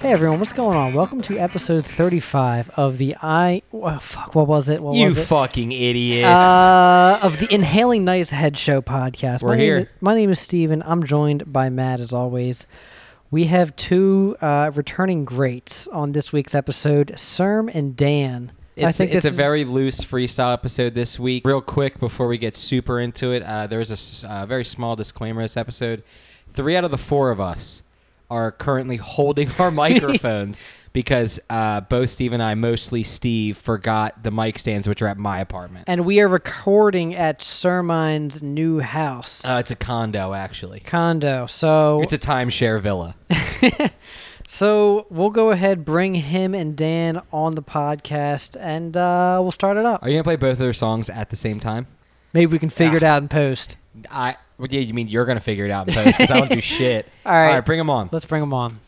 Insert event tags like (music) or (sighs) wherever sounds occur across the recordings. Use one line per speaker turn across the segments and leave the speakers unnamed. Hey everyone, what's going on? Welcome to episode 35 of the I. Oh, fuck, what was it? What
You
was it?
fucking idiots.
uh, of the Inhaling Nice Head Show podcast.
We're
my
here.
Name, my name is Steve, and I'm joined by Matt as always. We have two uh, returning greats on this week's episode, Serm and Dan.
it's
I think
it's
this
a
is-
very loose freestyle episode this week. Real quick before we get super into it, uh, there is a s- uh, very small disclaimer this episode. Three out of the four of us are currently (laughs) holding
(laughs)
our microphones because uh, both Steve and I, mostly Steve, forgot the mic stands which are at my apartment.
and we are recording at Sermine's new house
Uh, it's a condo, actually.
condo. So
It's a timeshare villa.
So we'll go ahead, bring him and Dan on the podcast, and uh, we'll start it up.
Are you gonna play both of their songs at the same time?
Maybe we can figure it out in post.
I. Well, yeah, you mean you're gonna figure it out in post because I
(laughs)
don't do shit.
All right.
All right, bring them on.
Let's bring him on.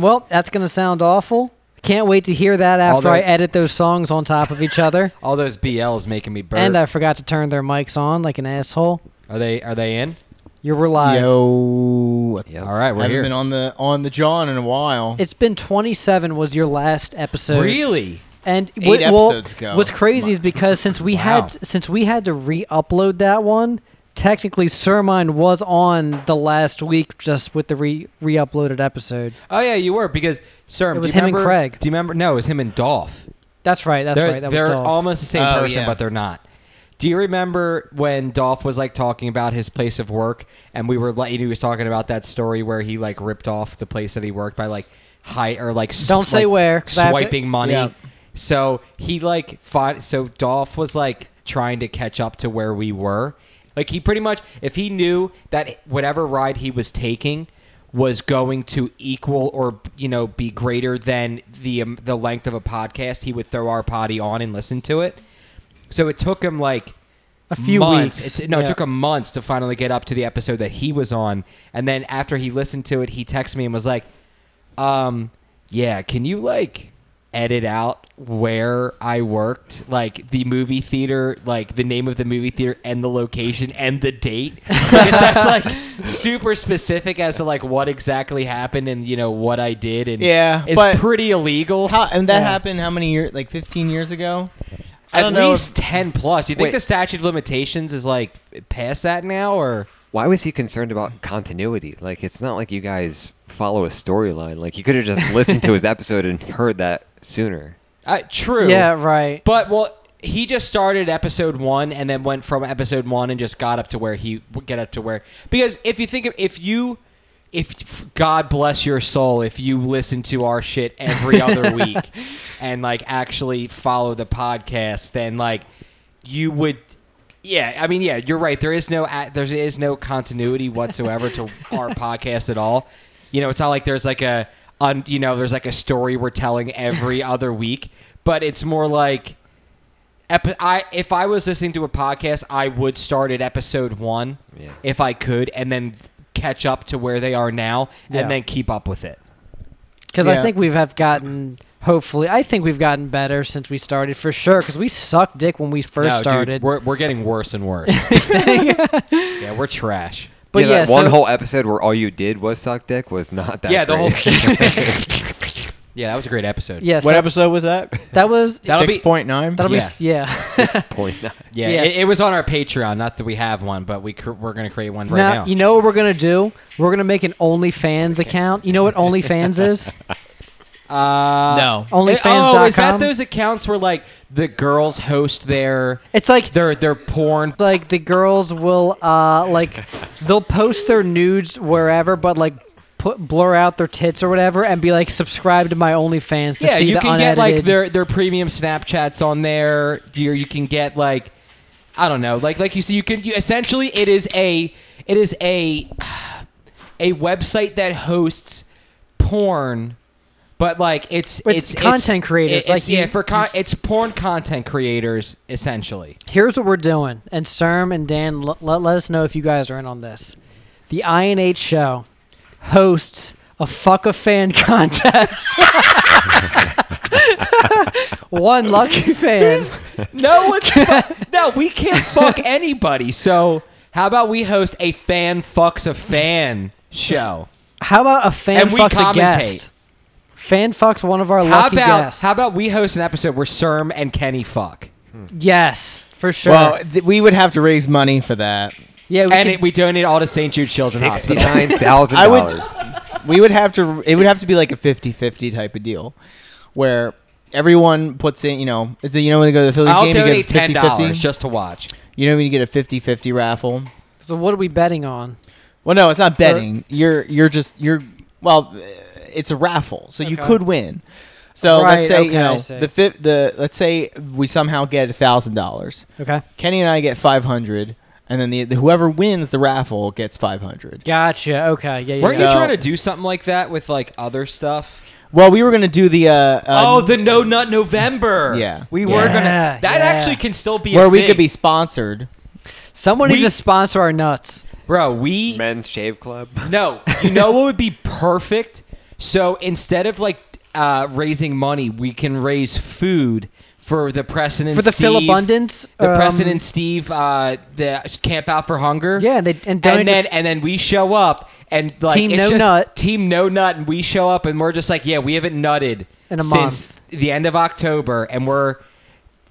Well, that's going to sound awful. Can't wait to hear that after
Although-
I edit those songs on top of each other.
(laughs) All those BLs making me burn.
And I forgot to turn their mics on like an asshole.
Are they are they in?
You're we're live.
Yo.
All right, we're
haven't
here.
been on the on the John in a while.
It's been 27 was your last episode.
really?
And
Eight
what, well,
episodes ago.
what's crazy is because since we
Wow.
had since we had to re-upload that one, technically Sermine was on the last week just with the re re-uploaded episode.
Oh yeah, you were because sir,
It was
do you
him and
remember-
Craig.
Do you remember? No, it was him and Dolph.
That's right. That's
they're
right. That
they're
was Dolph.
almost the same
Oh,
person,
yeah.
but they're not. Do you remember when Dolph was like talking about his place of work, and we were like, he was talking about that story where he like ripped off the place that he worked by like high or like s-
Don't say
like,
where, 'cause I have to-
swiping money.
Yeah.
So he like fought. So Dolph was like trying to catch up to where we were. Like he pretty much, if he knew that whatever ride he was taking was going to equal or you know be greater than the um, the length of a podcast, he would throw our potty on and listen to it. So it took him like
a few
months.
weeks.
It's, no,
Yeah.
it took him months to finally get up to the episode that he was on. And then after he listened to it, he texted me and was like, um, yeah, can you like edit out where I worked? Like the movie theater, like the name of the movie theater and the location and the date? Because
(laughs)
that's like super specific as to like what exactly happened and, you know, what I did. And
Yeah,
it's
but-
pretty illegal.
how, and that
Yeah.
happened how many years? Like 15 years ago. I
At
don't know
least
if-
10 plus. You think
Wait.
the statute of limitations is like past that now or?
Why was he concerned about continuity? Like, it's not like you guys follow a storyline. Like, you could have just listened to his episode and heard that sooner.
Uh, true.
yeah, right.
But well, he just started episode one and then went from episode one and just got up to where he get up to where because if you think of if you if God bless your soul if you listen to our shit every other week and like actually follow the podcast then like you would. Yeah, I mean, yeah, you're right. There is no a- there is no continuity whatsoever to our podcast at all. You know, it's not like there's like a un, you know there's like a story we're telling every other week, but it's more like epi- I if I was listening to a podcast, I would start at episode one
Yeah.
if I could, and then catch up to where they are now,
Yeah.
and then keep up with it.
Because I
Yeah.
think we've have gotten hopefully I think we've gotten better since we started for sure. Because we sucked dick when we first
No, dude,
started. (laughs)
we're (laughs) we're getting worse and (laughs) worse. yeah, we're trash.
but yeah,
that one
so-
whole episode where all you did was suck dick was not that.
yeah, the (laughs)
great. (laughs)
whole. (laughs) yeah, that was a great episode.
yeah,
What
so
episode was that?
that was
(laughs) That'll be-
6.9.
that'll
Yeah.
be yeah.
point nine.
Yeah,
Yes.
it, it was on our Patreon. Not that we have one, but we cr- we're gonna create one right
now,
now.
you know what we're gonna do? We're gonna make an OnlyFans account. You know what OnlyFans
(laughs)
is?
uh,
No.
It- oh, is that
OnlyFans.com.
those accounts where like the girls host their
it's like
their their porn?
like the girls will uh like they'll post their nudes wherever, but like put blur out their tits or whatever, and be like subscribe to my OnlyFans to
Yeah,
see
you
the
can
unedited.
get like their their premium Snapchats on there. You you can get like I don't know, like like you see, you can you, essentially it is a it is (sighs) a a website that hosts porn, But like it's
It's
it's
content creators,
It's,
like,
yeah,
you-
for con- it's porn content creators essentially.
Here's what we're doing, and Serm and Dan, l- let us know if you guys are in on this. The INH show hosts a fuck a fan (laughs) contest. One lucky fan.
No one's fu- (laughs) no. We can't fuck anybody. So how about we host a fan fucks a (laughs) fan show?
How about a fan
And we
fucks a
commentate.
guest? Fan fucks one of our
How
lucky
about
guests.
how about we host an episode where Serm and Kenny fuck,
yes, for sure.
Well, th- we would have to raise money for that.
yeah, we
and
could-
it, we donate all to St. Jude Children's Hospital.
Sixty-nine thousand
I would-
dollars.
We would have to. It would have to be like a 50-50 type of deal, where everyone puts in. You know, it's a, you know when they go to the Phillies
I'll
game, you
donate
get
ten
50
dollars just to watch.
You know when you get a 50-50 raffle.
so what are we betting on?
Well, no, it's not betting. You're you're just you're well, uh, it's a raffle, so you
Okay.
could win. So
Right,
let's say
okay,
you
I
know
see.
the fi- the let's say we somehow get a thousand dollars.
Okay,
Kenny and I get five hundred, and then the, the whoever wins the raffle gets five hundred.
gotcha. Okay, yeah, yeah.
Weren't
yeah.
you
So-
trying to do something like that with like other stuff?
Well, we were gonna do the uh, uh
oh, the No Nut November.
Yeah.
we were
Yeah,
gonna. That
yeah.
actually can still be a
where we
thing.
could be sponsored.
Someone needs
We-
to sponsor our nuts.
bro. We
Men's shave club.
No, you know what would be perfect? So instead of like uh, raising money, we can raise food for the president
For the
Steve,
Philabundance,
the
um,
president Steve, uh, the Camp Out for Hunger.
Yeah, and they- and donate
and then
to-
and then we show up and like
Team
it's
No
just
Nut.
team no nut, and we show up and we're just like, yeah, we haven't nutted
In a
since
month.
the end of October, and we're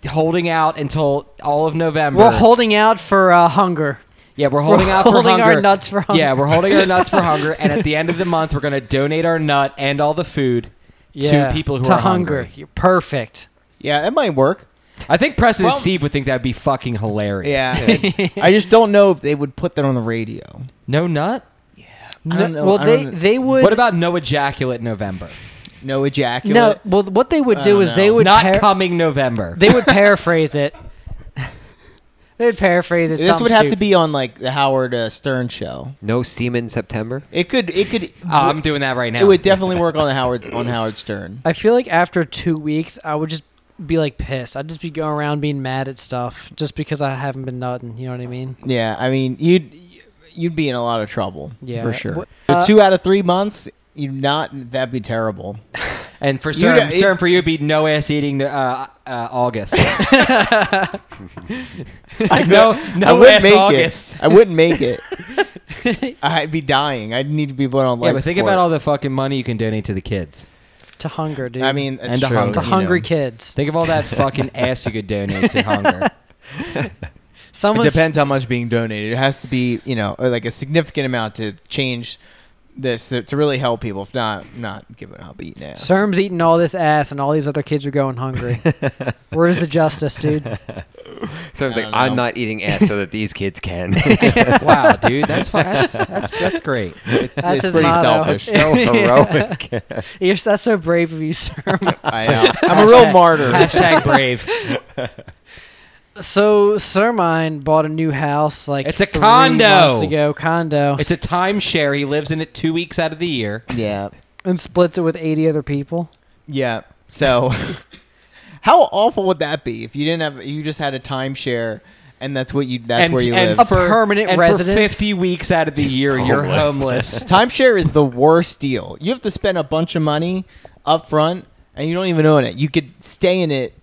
holding out until all of November.
We're holding out for uh, hunger.
Yeah, we're holding
We're
out for
holding our
hunger.
nuts for hunger.
Yeah, we're holding our nuts for hunger, and at the
(laughs)
end of the month, we're gonna donate our nut and all the food
Yeah,
to people who
to
are
hunger.
hungry.
You're perfect.
Yeah, that might work.
I think President
Well-
Steve would think that'd be fucking hilarious.
Yeah, (laughs) I just don't know if they would put that on the radio.
No nut.
I don't know.
well,
I
they
don't-
they would.
What about no ejaculate November?
No ejaculate.
no? Well, what they would
I
do
don't
is they
know.
would
Not
par-
coming November.
(laughs) they would paraphrase
(laughs)
it. they would paraphrase it.
this
something
would have to
stupid.
be on like the Howard uh, Stern show.
No semen September.
It could. It could.
(laughs) Oh, I'm doing that right now.
It would definitely work on the Howard on Howard Stern.
I feel like after two weeks, I would just be like pissed. I'd just be going around being mad at stuff just because I haven't been nutting. You know what I mean?
Yeah, I mean, you'd you'd be in a lot of trouble.
Yeah.
for sure.
Wh- uh,
But two out of three months, you not that'd be terrible.
and for
You
certain,
d- it-
certain for you, it'd be no ass eating uh, uh,
(laughs)
August. (laughs) no,
I
no
wouldn't
ass
make
August.
it. I wouldn't make it.
(laughs)
I'd be dying. I'd need to be put on life.
Yeah, but think
support.
about all the fucking money you can donate to the kids.
To hunger, dude.
I mean, that's
And the
true,
hunger.
to
you know.
hungry kids.
Think of all
(laughs)
that fucking ass you could donate to hunger.
Someone
It depends how much being donated. It has to be, you know, or like a significant amount to change this to, to really help people. If not, I'm not giving up eating ass.
Serm's eating all this ass, and all these other kids are going
(laughs)
hungry. Where's the justice, dude?
So I was
I
like,
don't
I'm
know.
not eating ass so that these kids (laughs) can.
wow, dude, that's, fu- that's that's that's great.
It's,
That's
it's
his
pretty
(laughs)
motto. (laughs)
selfish.
so heroic. (laughs)
You're, that's so brave of you, Serm.
(laughs) I know. (laughs) I'm a real
Hashtag-
martyr.
Hashtag brave.
So Sermine bought a new house like
It's a
three
condo.
months ago condo
It's a timeshare. He lives in it two weeks out of the year.
Yeah.
and splits it with 80 other people.
Yeah. So (laughs) how awful would that be if you didn't have you just had a timeshare and that's what you that's
and,
where you
and
live.
A permanent
and
residence?
For Fifty weeks out of the year, you're homeless.
(laughs)
Homeless.
timeshare is the worst deal. You have to spend a bunch of money up front and you don't even own it. You could stay in it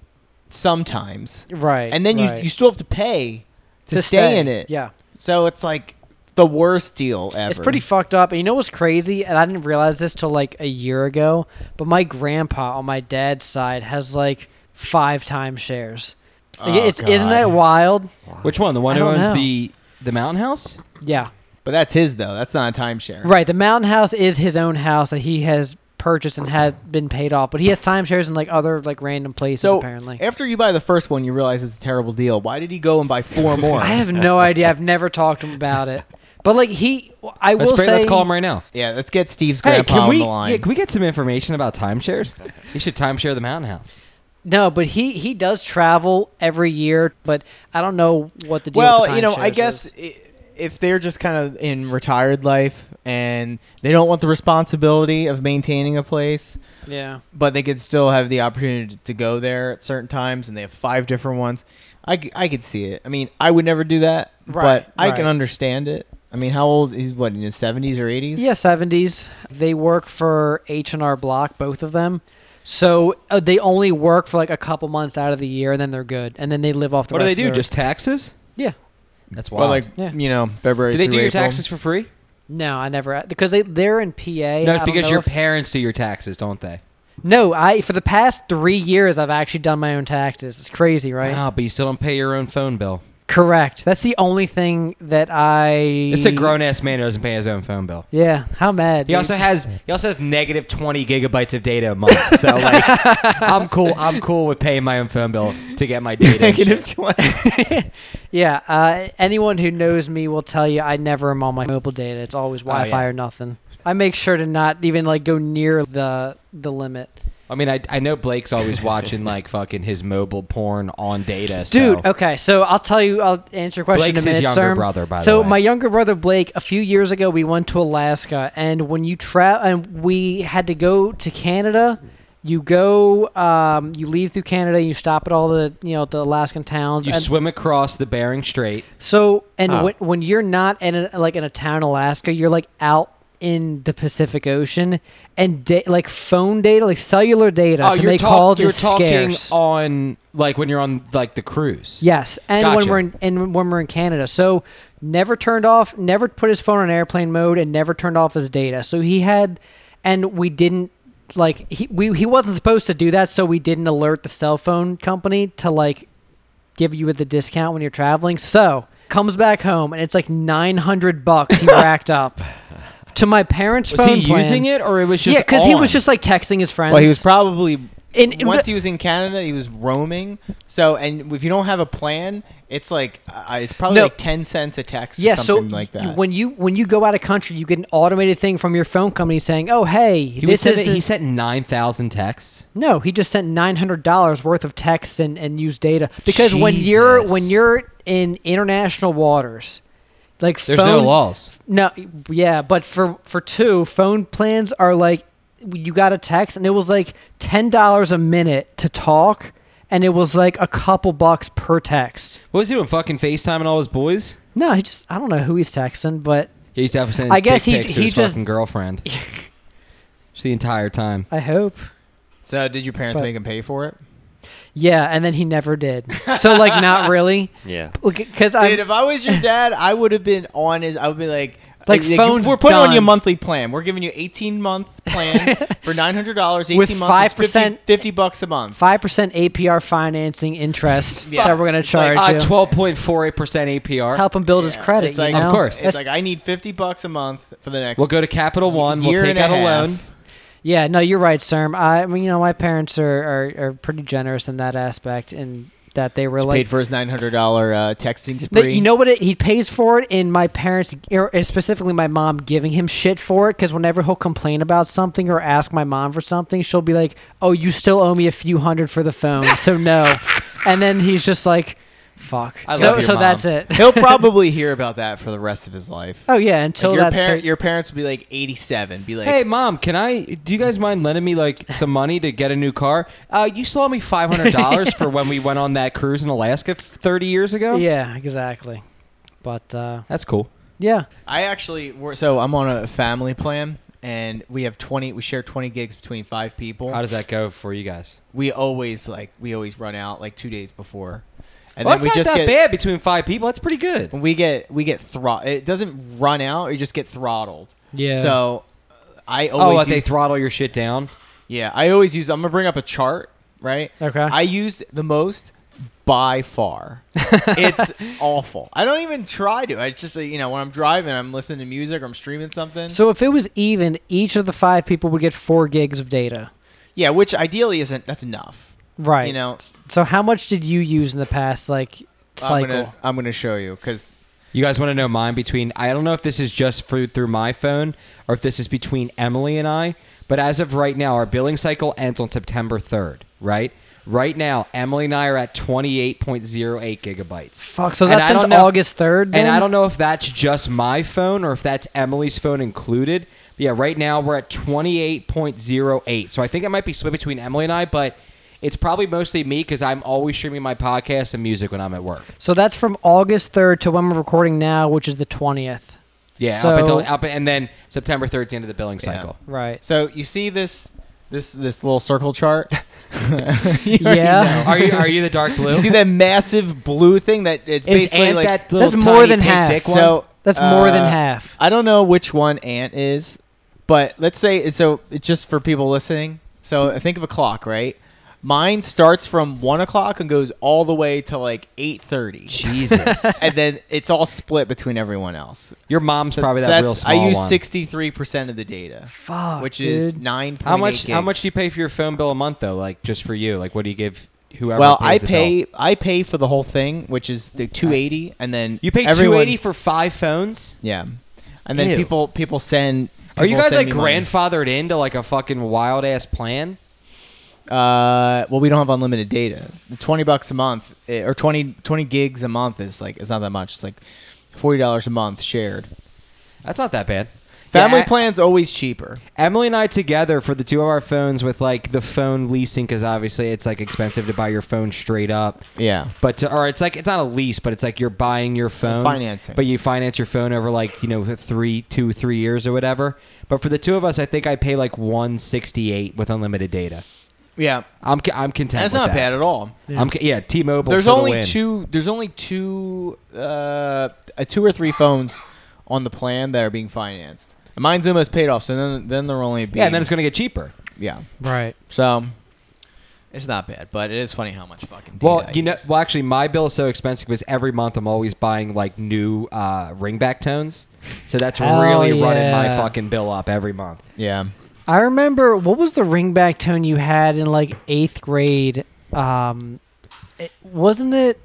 sometimes.
Right.
And then
right.
you you still have to pay to, stay, in it.
Yeah.
So it's like the worst deal ever.
It's pretty fucked up. And you know what's crazy? And I didn't realize this till like a year ago, but my grandpa on my dad's side has like five timeshares. Like,
Oh,
it's, isn't that
God.
wild?
Which one? The one
I
who
don't
owns
know.
the the mountain house?
Yeah.
but that's his though. That's not a timeshare.
Right. The mountain house is his own house that he has purchased and has been paid off, but he has timeshares in like other like random places
So
apparently.
after you buy the first one, you realize it's a terrible deal. Why did he go and
(laughs)
buy four more?
I have
(laughs)
no idea. I've never talked to him about it. But like he, I
Let's,
will
pray-
say,
let's call him right now.
Yeah, let's get Steve's
Hey,
grandpa
can we,
on the line.
yeah, can we get some information about timeshares? You should timeshare the mountain house.
no. But he he does travel every year, but I don't know what the deal. with
well,
the
you know, I
timeshares
guess
is.
it, if they're just kind of in retired life and they don't want the responsibility of maintaining a place,
Yeah.
but they could still have the opportunity to go there at certain times and they have five different ones, I, c- I could see it. I mean, I would never do that,
Right,
but I can
right.
understand it. I mean, how old is what in his 70s or 80s?
Yeah, 70s. They work for H&R Block, both of them. So uh, they only work for like a couple months out of the year, and then they're good, and then they live off the.
What do they
rest of
do?
their-
Just taxes?
yeah.
That's
Well,
wild.
like,
Yeah.
you know, February.
do they do
through
your
April.
taxes for free?
No, I never uh, because they they're in PA. I
No,
don't
because
know
your
if-
parents do your taxes, don't they?
No, I for the past three years I've actually done my own taxes. It's crazy, right?
Ah, but you still don't pay your own phone bill.
Correct. That's the only thing that I.
It's a grown ass man who doesn't pay his own phone bill.
Yeah. How mad?
He
dude?
also has he also has negative twenty gigabytes of data a month. So like,
(laughs)
I'm cool. I'm cool with paying my own phone bill to get my data. and shit.
(laughs) Negative 20.
yeah. Uh, anyone who knows me will tell you I never am on my mobile data. It's always
Oh, yeah.
Wi-Fi or nothing. I make sure to not even like go near the the limit.
I mean, I, I know Blake's always watching like fucking his mobile porn on data.
Dude,
so.
okay, so I'll tell you. I'll answer your question
Blake's
in a
his
minute.
younger
sir.
brother, by the
so
way.
my younger brother Blake, a few years ago, we went to Alaska, and when you travel, and we had to go to Canada. You go, um, you leave through Canada, you stop at all the you know the Alaskan towns.
you
and
swim across the Bering Strait.
so, and
Oh.
when, when you're not in a, like in a town, Alaska, you're like out in the Pacific Ocean, and da- like phone data, like cellular data to
Oh, you're,
make
talk-
calls
you're
is
talking
scarce.
on like when you're on like the cruise.
Yes, and when
Gotcha.
we're in, and when we're in Canada, so never turned off, never put his phone on airplane mode, and never turned off his data. So he had, and we didn't like he we he wasn't supposed to do that, so we didn't alert the cell phone company to like give you the discount when you're traveling. So comes back home and it's like nine hundred bucks he racked
(laughs)
up to my parents'
Was
phone
he
plan.
using it or it was just
yeah, because he was
on?
just like texting his friends.
Well, he was probably
In- in
once
the-
he was in Canada, he was roaming. So, and if you don't have a plan, it's like uh, it's probably
No.
like ten cents a text,
yeah,
or something
so
like
y-
that.
when you when you go out of country, you get an automated thing from your phone company saying, "Oh, hey,
He
this
was
is
sending-
the-
he sent nine thousand texts.
no." He just sent nine hundred dollars worth of texts and, and used data because when you're
Jesus.
when you're in international waters, like
There's
phone,
no laws.
No, yeah, but for for two, phone plans are like you got a text, and it was like ten dollars a minute to talk, and it was like a couple bucks per text.
What was he doing? Fucking FaceTime and all his boys.
No, he just I don't know who he's texting, but
He used to have to send
I guess
dick
he-
pics to
he
his
just-
fucking girlfriend. (laughs) Just the entire time.
I hope.
so, did your parents
But-
make him pay for it?
Yeah, and then he never did. So like,
(laughs)
not really,
(laughs) Yeah.
because
Dude,
I
if I was your dad, I would have been on his. I would be like.
Like,
you-
phone's
we're putting on your
done.
monthly plan. We're giving you eighteen
(laughs)
month plan for nine hundred dollars, eighteen
With
months, it's 50,
5%
50 bucks a month.
five percent APR financing
(laughs)
interest
Yeah.
that we're gonna
It's like,
charge
Uh,
you,
twelve point four eight percent APR.
help him build his
Yeah,
credit.
it's like,
you know?
Of course.
it's
That's-
like I need fifty bucks a month for the next.
We'll go to Capital One. We'll
year
take
and a
out a
half.
loan.
yeah, no, you're right, Serm. I, I mean, you know, my parents are, are, are pretty generous in that aspect, and that they were
He
like
paid for his nine hundred dollar uh, texting
But
spree.
you know what? It, he pays for it in my parents, er, specifically my mom, giving him shit for it. Because whenever he'll complain about something or ask my mom for something, she'll be like, "Oh, you still owe me a few hundred for the phone, so
(laughs)
no." And then he's just like, "Fuck."
I
so
love your
so
mom.
that's it.
(laughs)
he'll probably hear about that for the rest of his life.
Oh yeah, until
like your
that's
parent,
paid-
your parents would be like 87, be like,
Hey, mom, can I? Do you guys mind lending me like some money to get a new car? Uh, you still owe me five hundred
(laughs)
dollars for when we went on that cruise in Alaska f- thirty years ago.
yeah, exactly. But uh,
that's cool.
yeah,
I actually wor- so I'm on a family plan and we have 20 we share 20 gigs between 5 people.
How does that go for you guys?
we always like we always run out like 2 days before. And
well, that's
we
not that
get
bad between five people. That's pretty good.
we get we get throt it doesn't run out, you just get throttled.
Yeah.
So uh, I
Oh,
always
what, they
use-
throttle your shit down.
Yeah, I always use. I'm gonna bring up a chart, right?
Okay.
I used the most by
(laughs)
far. it's awful. I don't even try to. I just uh, you know when I'm driving, I'm listening to music, or I'm streaming something.
so if it was even, each of the five people would get four gigs of data.
yeah, which ideally isn't. That's enough.
Right.
You know.
So how much did you use in the past, like cycle?
I'm gonna I'm gonna show you because
You guys want to know mine between? I don't know if this is just through through my phone or if this is between Emily and I. But as of right now, our billing cycle ends on September third, right? Right now, Emily and I are at 28.08 gigabytes.
Fuck, so
And
that's
I
since
don't know-
August 3rd, then?
And I don't know if that's just my phone or if that's Emily's phone included. But yeah, right now we're at 28.08. So I think it might be split between Emily and I, but it's probably mostly me because I'm always streaming my podcast and music when I'm at work.
So that's from August 3rd to when we're recording now, which is the 20th.
Yeah,
So-
up until up, and then September 13th end of the billing
Yeah.
cycle.
Right.
So you see this this this little circle chart? (laughs) You already
Yeah.
know.
Are you are (laughs) you the dark blue?
You see that massive blue thing that it's
Is
basically
Ant
like
that
(laughs)
little
That's more
tiny
than
pink
half.
dick one?
so
That's more than
uh,
half.
I don't know which one ant is, but let's say so. It's just for people listening. So think of a clock, right? Mine starts from one o'clock and goes all the way to like eight thirty, (laughs)
Jesus,
and then it's all split between everyone else.
your mom's
So
probably that
that's-
real small
I use
one.
sixty three percent of the data,
Fuck,
which
dude.
is nine.
How much? How much do you pay for your phone bill a month though? Like just for you? Like what do you give whoever?
well,
pays
I
the
pay
bill?
I pay for the whole thing, which is the two eighty, and then
You pay
everyone-
two eighty for five phones.
Yeah, and then
Ew.
people people send.
Are you
people
guys like
send me money.
grandfathered into like a fucking wild ass plan?
Uh, well, we don't have unlimited data. Twenty bucks a month, eh, or 20, 20 gigs a month is like it's not that much. It's like forty dollars a month shared.
That's not that bad.
Family
Yeah,
plan's always cheaper.
Emily and I together for the two of our phones with like the phone leasing because obviously it's like expensive to buy your phone straight up.
Yeah,
But to, or it's like it's not a lease, but it's like you're buying your phone,
Financing.
But you finance your phone over like you know three, two, three years or whatever. But for the two of us, I think I pay like one sixty eight with unlimited data.
yeah,
I'm co- I'm content.
that's
with
not
that.
bad at all.
I'm co- yeah, T-Mobile.
There's
for the
only
win.
two. There's only two, uh, uh, two or three phones on the plan that are being financed. Mine's almost paid off, so then then they're only being,
Yeah, and then it's gonna get cheaper.
yeah.
Right.
So it's not bad, but it is funny how much fucking. Data
Well,
I
you know,
use.
well, actually, my bill is so expensive because every month I'm always buying like new uh, ringback tones, so that's
Hell
really running my
yeah.
fucking bill up every month.
yeah.
I remember what was the ringback tone you had in like eighth grade? Um, it, wasn't it?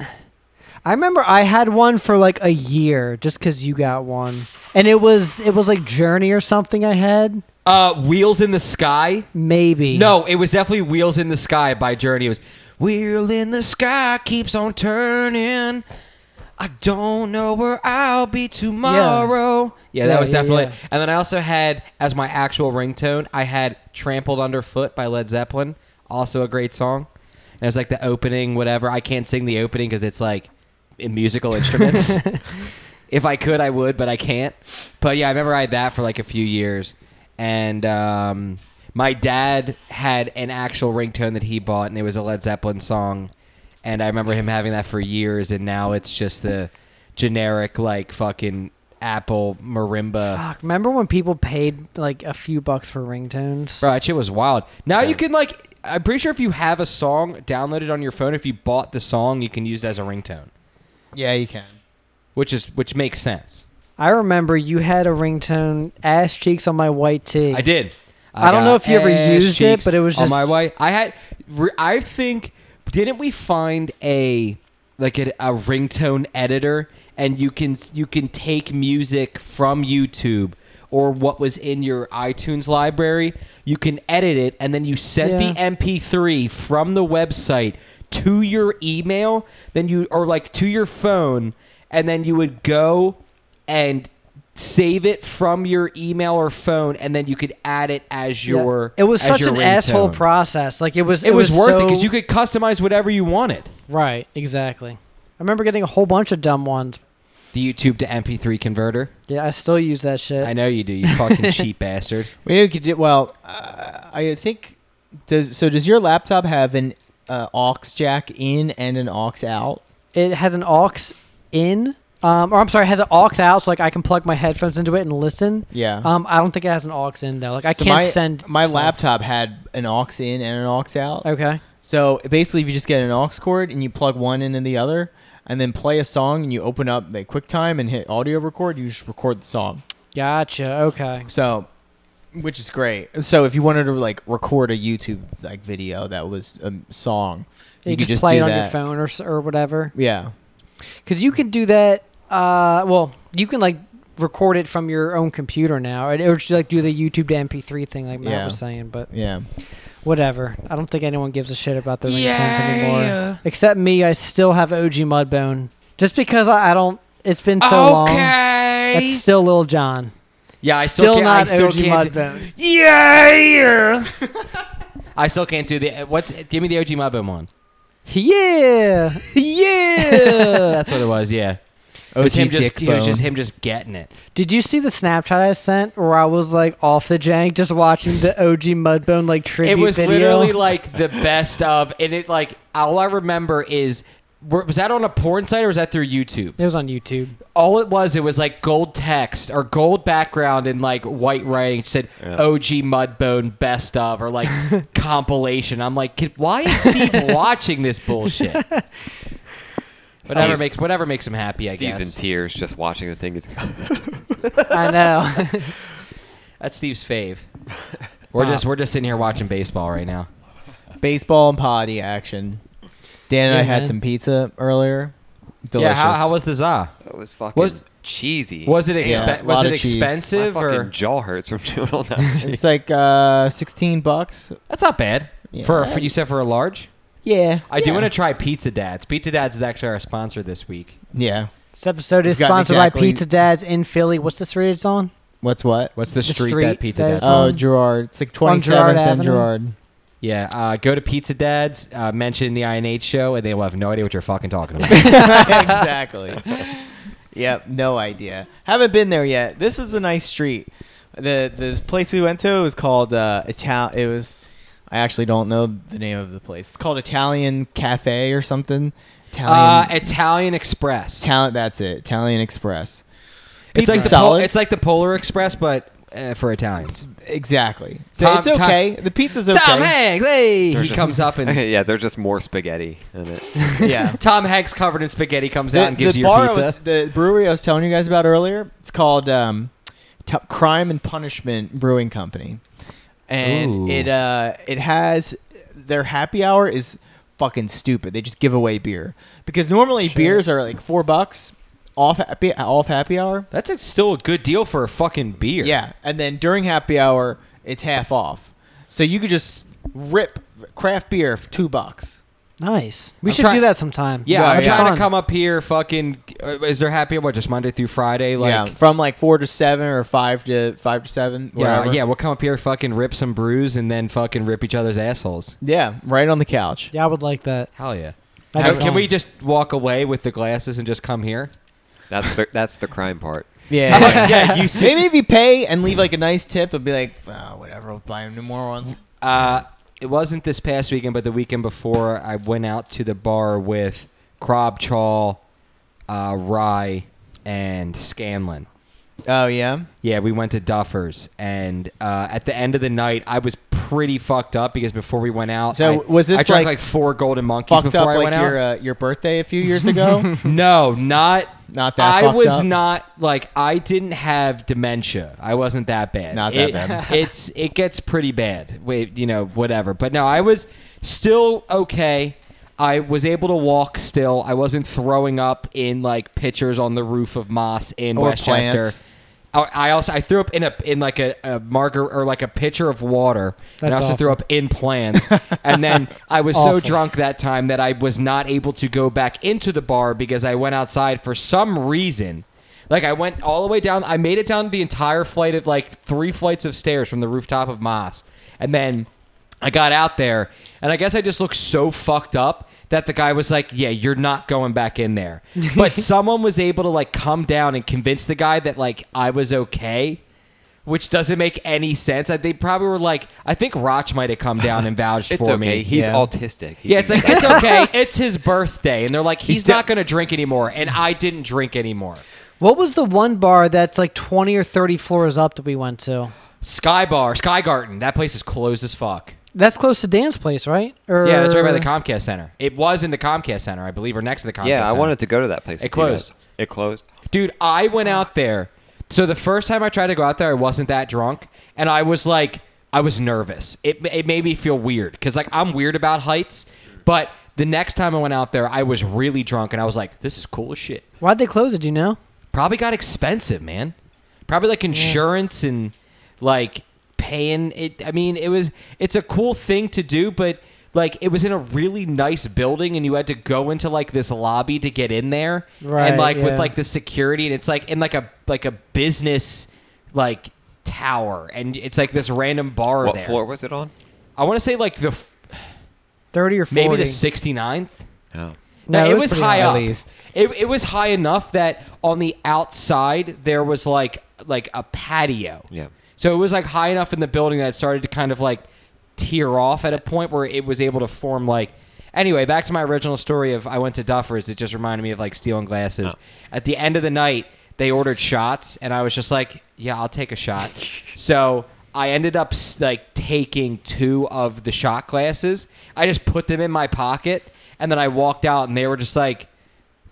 I remember I had one for like a year just because you got one, and it was it was like Journey or something. I had
Uh, Wheels in the Sky.
maybe
No, it was definitely Wheels in the Sky by Journey. It was Wheel in the Sky keeps on turning. I don't know where I'll be tomorrow. Yeah, that
Yeah,
was
yeah,
definitely.
yeah.
And then I also had as my actual ringtone, I had Trampled Underfoot by Led Zeppelin, also a great song. And it was like the opening whatever. I can't sing the opening cuz it's like in musical (laughs) instruments. if I could, I would, but I can't. But yeah, I remember I had that for like a few years, and um, my dad had an actual ringtone that he bought, and it was a Led Zeppelin song, and I remember him having that for years, and now it's just the generic like fucking Apple marimba.
Fuck, remember when people paid like a few bucks for ringtones?
Bro, that shit was wild. Now you can like, I'm pretty sure if you have a song downloaded on your phone, if you bought the song, you can use it as a ringtone,
Yeah, you can.
which is which makes sense.
I remember you had a ringtone, ass cheeks on my white tee.
I did.
I don't know
got
if you ever
ass
used it,
cheeks
but it was
on my
just-
way. I had. re- I think. Didn't we find a like a, a ringtone editor, and you can you can take music from YouTube or what was in your iTunes library. You can edit it, and then you send
Yeah.
the MP3 from the website to your email, then you or like to your phone, and then you would go and save it from your email or phone, and then you could add it as
Yeah.
your.
It was
as
such
your
an asshole
ringtone.
process. Like it was.
It, was, worth it because
so-
you could customize whatever you wanted.
Right. Exactly. I remember getting a whole bunch of dumb ones.
The YouTube to MP3 converter.
Yeah, I still use that shit.
I know you do, you
(laughs)
fucking cheap bastard.
We know you could do well. Uh, I think does so. Does your laptop have an uh, aux jack in and an aux out?
It has an aux in, um, or I'm sorry, it has an aux out, so like I can plug my headphones into it and listen.
Yeah.
Um, I don't think it has an aux in though. Like I
So
can't
my,
send
My
stuff. Oh.
laptop had an aux in and an aux out.
Okay.
So basically, if you just get an aux cord and you plug one in and the other, and then play a song and you open up the QuickTime and hit audio record, you just record the song.
Gotcha. Okay.
So, which is great. So if you wanted to like record a YouTube like video that was a song,
You,
you, could
just,
just
play
do
it on your
that.
phone or s- or whatever.
Yeah.
Because you can do that. Uh, well, you can like record it from your own computer now, or or just like do the YouTube to MP3 thing, like Matt
Yeah.
was saying. But
Yeah.
whatever. I don't think anyone gives a shit about the ringtones
Yeah,
anymore,
yeah.
except me. I still have OG Mudbone, just because I, I don't. It's been so long.
okay.
It's still Lil John.
yeah, I
still
still, can't,
not
I still
OG
can't do-
Mudbone.
Yeah, yeah. (laughs) I still can't do the what's give me the OG Mudbone one.
Yeah.
Yeah, (laughs) that's what it was. Yeah, it was
OG
him just
dick
it was just
bone.
him just getting it.
Did you see the Snapchat I sent where I was like off the jank, just watching the OG Mudbone like tribute
it was
video?
literally like the best of, and it like all I remember is were- was that on a porn site or was that through YouTube?
it was on YouTube.
All it was, it was like gold text or gold background and like white writing. It said
Yeah.
OG Mudbone best of or like (laughs) compilation. I'm like, "Kid, why is
(laughs)
Steve watching this bullshit? Whatever
Steve's-
makes whatever makes him happy, I
Steve's in
guess.
tears just watching the thing. (laughs) He's,
(laughs) I
(laughs)
know.
That's Steve's fave. We're just we're just sitting here watching baseball right now.
Baseball and potty action. Dan and
Yeah,
I had
man.
some pizza earlier.
Yeah,
Delicious.
how, how was the za?
that was fucking
Was-
cheesy.
Was it expe-
Yeah, a
was
lot
it
of cheese.
My
expensive
fucking
or
jaw hurts from (laughs) doing all that. shit.
It's
(laughs)
like uh, 16 bucks.
That's not bad.
Yeah.
For, for you said for a large?
Yeah.
I do
Yeah.
want to try Pizza Dads. Pizza Dads is actually our sponsor this week.
Yeah.
this episode is
We've gotten
sponsored by
exactly-
Pizza Dads in Philly. What's the street it's on?
What's what?
What's the,
The
street, that
street
Pizza
that
Dads?
it's
on?
Oh,
on-
Gerard. It's like
on
27th
Gerard
and
Avenue?
Gerard. (laughs)
Yeah, uh, go to Pizza Dads, uh, mention the INH show, and they will have no idea what you're fucking talking about.
exactly. Yep, no idea. Haven't been there yet. This is a nice street. The the place we went to was called uh Ital it was I actually don't know the name of the place. It's called Italian Cafe or something.
uh,
Italian
Italian Express.
Talent that's it. Italian Express.
it's
Pizza
like the
salad.
Pol- it's like the Polar Express, but uh, for Italians.
Exactly. So
Tom-
it's
Tom-
okay. the pizza's okay.
Tom Hanks, hey,
There's
he
just-
comes up and
yeah, there's just more spaghetti in it.
Yeah.
(laughs) Tom Hanks covered in spaghetti comes out
the,
and gives
the
you your
bar I
pizza.
was- the brewery I was telling you guys about earlier, it's called um, T- Crime and Punishment Brewing Company, and
Ooh.
it uh, it has their happy hour is fucking stupid. They just give away beer because normally beers are like four bucks off happy off happy hour.
That's a, still a good deal for a fucking beer.
Yeah, and then during happy hour it's half off, so you could just rip craft beer for two bucks.
Nice. We
I'm
should
try-
do that sometime.
Yeah,
Yeah,
I'm
yeah.
trying
Fun.
to come up here. Fucking, uh, is there happy? What, just Monday through Friday? Like,
yeah, from like four to seven or five to five to seven.
yeah,
wherever.
yeah, we'll come up here, fucking rip some brews, and then fucking rip each other's assholes.
yeah, right on the couch.
Yeah, I would like that.
Hell yeah!
That'd
How-
be
can
fun.
we just walk away with the glasses and just come here?
That's the that's the crime part.
Yeah.
I'm
(laughs)
like, (laughs) yeah, you still.
Maybe if you pay and leave like a nice tip, they'll be like, oh, whatever, we'll buy him new more ones.
Uh, it wasn't this past weekend, but the weekend before, I went out to the bar with Crob Chaw, uh, Rye, and Scanlon.
Oh yeah.
Yeah, we went to Duffer's, and uh, at the end of the night, I was pretty fucked up because before we went out,
So
I,
was this
I drank
like
like, four Golden Monkeys
Fucked
before
up
I
like
went out.
your uh, your birthday a few
(laughs)
years ago. (laughs)
no, not
Not that
I
fucked
was
up?
not like I didn't have dementia. I wasn't that bad.
Not that
It- (laughs)
bad.
It's it gets pretty bad. Wait, you know whatever. But no, I was still okay. I was able to walk still. I wasn't throwing up in like pitchers on the roof of Moss in
Or
Westchester.
plants.
I- I also I threw up in a in like a, a marker or like a pitcher of water, and I
That's
also threw
awful.
up in plants. and then I was so
Awful.
drunk that time that I was not able to go back into the bar because I went outside for some reason. Like I went all the way down. I made it down the entire flight of like three flights of stairs from the rooftop of Moss, and then I got out there, and I guess I just looked so fucked up that the guy was like, "Yeah, you're not going back in there." But someone was able to like come down and convince the guy that like I was okay, which doesn't make any sense. I, they probably were like, I think Roch might have come down and vouched
(laughs) It's
for
okay.
me.
He's
Yeah.
autistic. He
yeah,
can
it's
do
like
that.
it's
(laughs)
okay. It's his birthday, and they're like, he's,
He's de-
not going to drink anymore, and I didn't drink anymore.
What was the one bar that's like 20 or 30 floors up that we went to?
Sky Bar, Sky Garden, that place is closed as fuck.
That's close to Dan's place, right? Or...
Yeah, that's right by the Comcast Center. It was in the Comcast Center, I believe, or next to the Comcast.
yeah, I
Center.
wanted to go to that place.
It
with you guys.
closed.
It closed.
Dude, I went out there. So the first time I tried to go out there, I wasn't that drunk, and I was like, I was nervous. It it made me feel weird because like I'm weird about heights, but the next time I went out there, I was really drunk, and I was like, this is cool as shit.
Why'd they close it, do you know?
Probably got expensive, man. Probably like insurance and like paying it. I mean, it was it's a cool thing to do, but like it was in a really nice building and you had to go into like this lobby to get in there
Right,
and like
yeah.
with like the security and it's like in like a like a business like tower and it's like this random bar
What
there.
floor was it on?
I want to say like the f-
thirty or forty.
maybe the 69th.
Oh.
No, it was
pretty
high
high.
up.
At least.
It, it was high enough that on the outside there was like like a patio.
Yeah.
So it was like high enough in the building that it started to kind of like tear off at a point where it was able to form like. Anyway, back to my original story of I went to Duffer's. It just reminded me of like stealing glasses. At the end of the night, they ordered shots, and I was just like, "Yeah, I'll take a shot." so I ended up s- like taking two of the shot glasses. I just put them in my pocket, and then I walked out, and they were just like,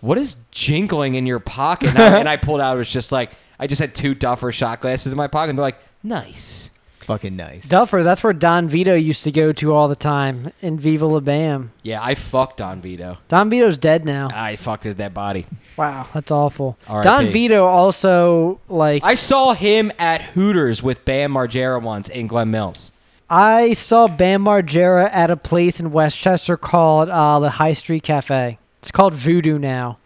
what is jingling in your pocket? And I,
(laughs)
and I pulled out. It was just like I just had two Duffer shot glasses in my pocket. And they're like, nice.
Fucking nice.
Duffer. That's where Don Vito used to go to all the time in Viva La Bam.
Yeah, I fucked Don Vito.
Don Vito's dead now.
I fucked his dead body.
Wow, that's awful.
R.I.P.
Don Vito also like
I saw him at Hooters with Bam Margera once in Glen Mills.
I saw Bam Margera at a place in Westchester called uh, the High Street Cafe. It's called Voodoo now.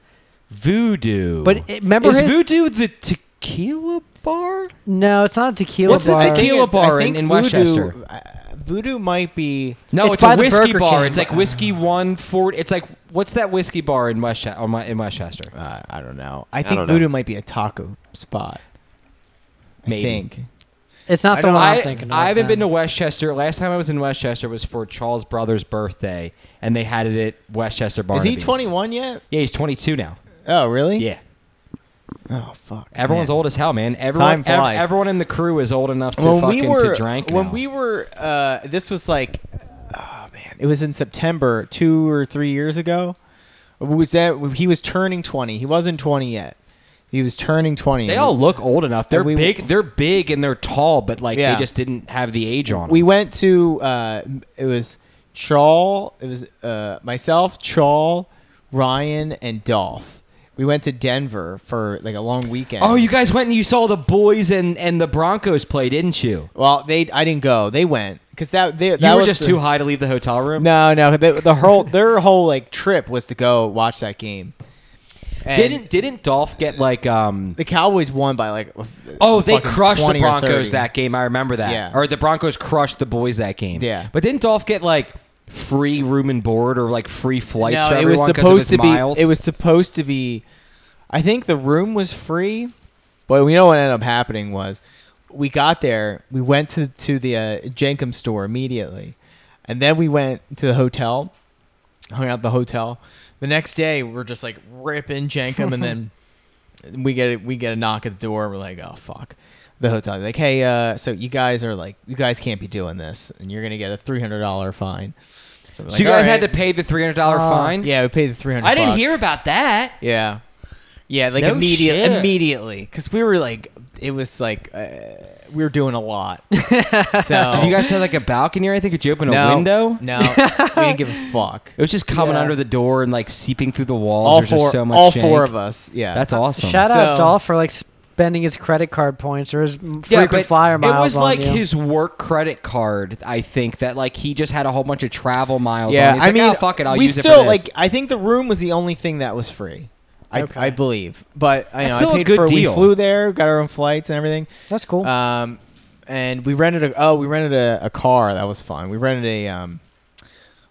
Voodoo.
But it- remember
is
his-
Voodoo the tequila bar?
No, it's not a tequila
What's a
bar.
tequila- bar in- in Westchester.
Uh, Voodoo might be.
No,
It's
it's,
by
a
the
whiskey
Burger
bar.
King.
It's like whiskey one forty. It's like what's that whiskey bar in Westchester? In Westchester,
Uh, I don't know. I think
don't know.
Voodoo might be a taco spot.
maybe.
I think.
It's not
I
the
don't-
one I'm
I,
thinking of.
I haven't been
no.
to Westchester. Last time I was in Westchester was for Charles' brother's birthday, and they had it at Westchester
Is
Barnaby's.
he 21 yet?
Yeah, he's 22 now.
Oh, really?
Yeah.
Oh, fuck.
Everyone's
man.
old as hell, man. Everyone,
Time flies.
ev- everyone in the crew is old enough to
when
fucking
we were
to drink.
when
now.
we were uh, this was like oh man it was in september two or three years ago was that he was turning 20 he wasn't 20 yet he was turning 20
they all look old enough. They're
And we-
big. They're big and they're tall, but like
Yeah.
they just didn't have the age on.
we
them.
went to uh, it was Chawl, it was uh, myself, Chawl, Ryan, and Dolph. We went to Denver for like a long weekend.
Oh, you guys went and you saw the boys and and the Broncos play, didn't you?
Well, they I didn't go. They went because that they that
You were
was
just
the-
too high to leave the hotel room.
(laughs) No, no. The, the whole their whole like trip was to go watch that game. And
didn't didn't Dolph get like um
the Cowboys won by like? a-
Oh, they
fucking
crushed the
20 or 30.
Broncos that game. I remember that.
Yeah.
Or the Broncos crushed the boys that game.
Yeah.
But didn't Dolph get like free room and board or like free flights
No,
for
it was
everyone because of
supposed
his
to be.
miles?
It was supposed to be. I think the room was free, but we know what ended up happening was we got there. We went to to the uh, Jenkum store immediately, and then we went to the hotel, hung out at the hotel. The next day, we're just like ripping Jenkum,
(laughs)
and then we get a, we get a knock at the door. We're like, oh fuck. The hotel like, hey, uh, so you guys are like, you guys can't be doing this, and you're gonna get a three hundred dollar fine. we're
so
like,
you guys
"All
had to
right."
pay the three hundred dollar
Oh,
fine?
Yeah, we paid the three hundred.
I didn't hear about that.
Yeah, yeah, like
No
immediate,
shit.
immediately, because we were like, it was like uh, we were doing
(laughs)
a lot. so
Did you guys have like a balcony or anything? Could you open a
Oh. no,
window? (laughs)
No, we didn't give a fuck.
It was just coming
Yeah.
under the door and like seeping through the walls.
All
There's just
four,
so much
all
jank.
four of us. Yeah,
That's awesome.
Shout out
So-
Dolph for like spending his credit card points or his m- frequent
Yeah, but
flyer miles.
it was
on
like
you.
his work credit card. I think that like he just had a whole bunch of travel miles.
yeah.
on. He's
I
like,
mean,
"Oh, fuck it, I'll
we
use
still
it for this."
like. I think the room was the only thing that was free. I,
Okay.
I believe, but I
That's
know
still a
I paid
good
for.
deal.
We flew there, got our own flights and everything.
That's cool.
Uh,
Um, and we rented a oh we rented a, a car that was fun. We rented a um,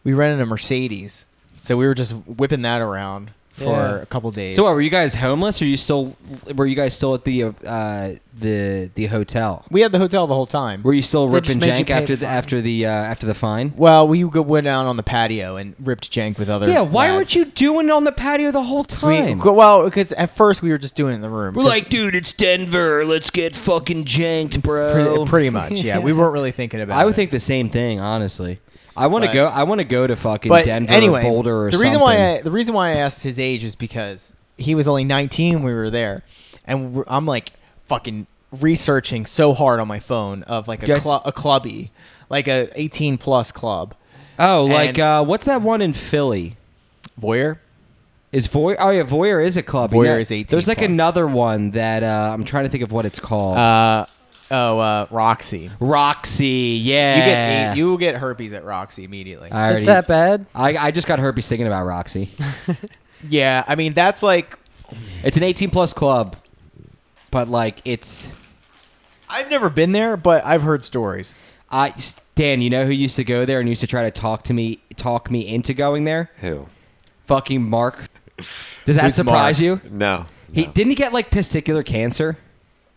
we rented a Mercedes, so we were just whipping that around for
Yeah.
a couple days.
So, what, were you guys homeless? Or you still were you guys still at the uh, uh, the the hotel?
we had the hotel the whole time.
Were you still
They just
ripping
made you
jank
pay
after
the
the
fine.
after the uh, after the fine?
well, we go- went out on the patio and ripped jank with other.
Yeah, why
lads.
weren't you doing it on the patio the whole
We,
time? We,
well, because at first we were just doing it in the room.
are
'cause
like, dude, it's Denver. Let's get fucking janked,
pre-
bro. (laughs)
pretty much, yeah. We weren't really thinking about.
I would
it.
think the same thing, honestly. I want to
But-
go. I want to go to fucking
but
Denver
anyway,
or Boulder or
the
something.
reason why I, the reason why I asked his age is because he was only 19 when we were there, and we're, I'm like fucking researching so hard on my phone of like
Yeah.
a clu- a clubby, like a 18 plus club.
oh, like
and-
uh, what's that one in Philly?
Voyeur,
Is Voyeur? Oh yeah, Voyeur is a club.
Voyeur
Yeah.
is 18
There's like
plus.
another one that uh, I'm trying to think of what it's called.
Uh, oh, uh, Roxy.
Roxy. Yeah.
You get you will get herpes at Roxy immediately.
I already-
It's that bad.
I, I just got herpes thinking about Roxy.
yeah, I mean that's like
It's an 18 plus club, but like it's
I've never been there, but I've heard stories.
I Dan. You know who used to go there and used to try to talk to me, talk me into going there?
Who?
Fucking Mark. Does that
Who's
surprise
Mark?
you?
No.
He
no.
didn't he get like testicular cancer.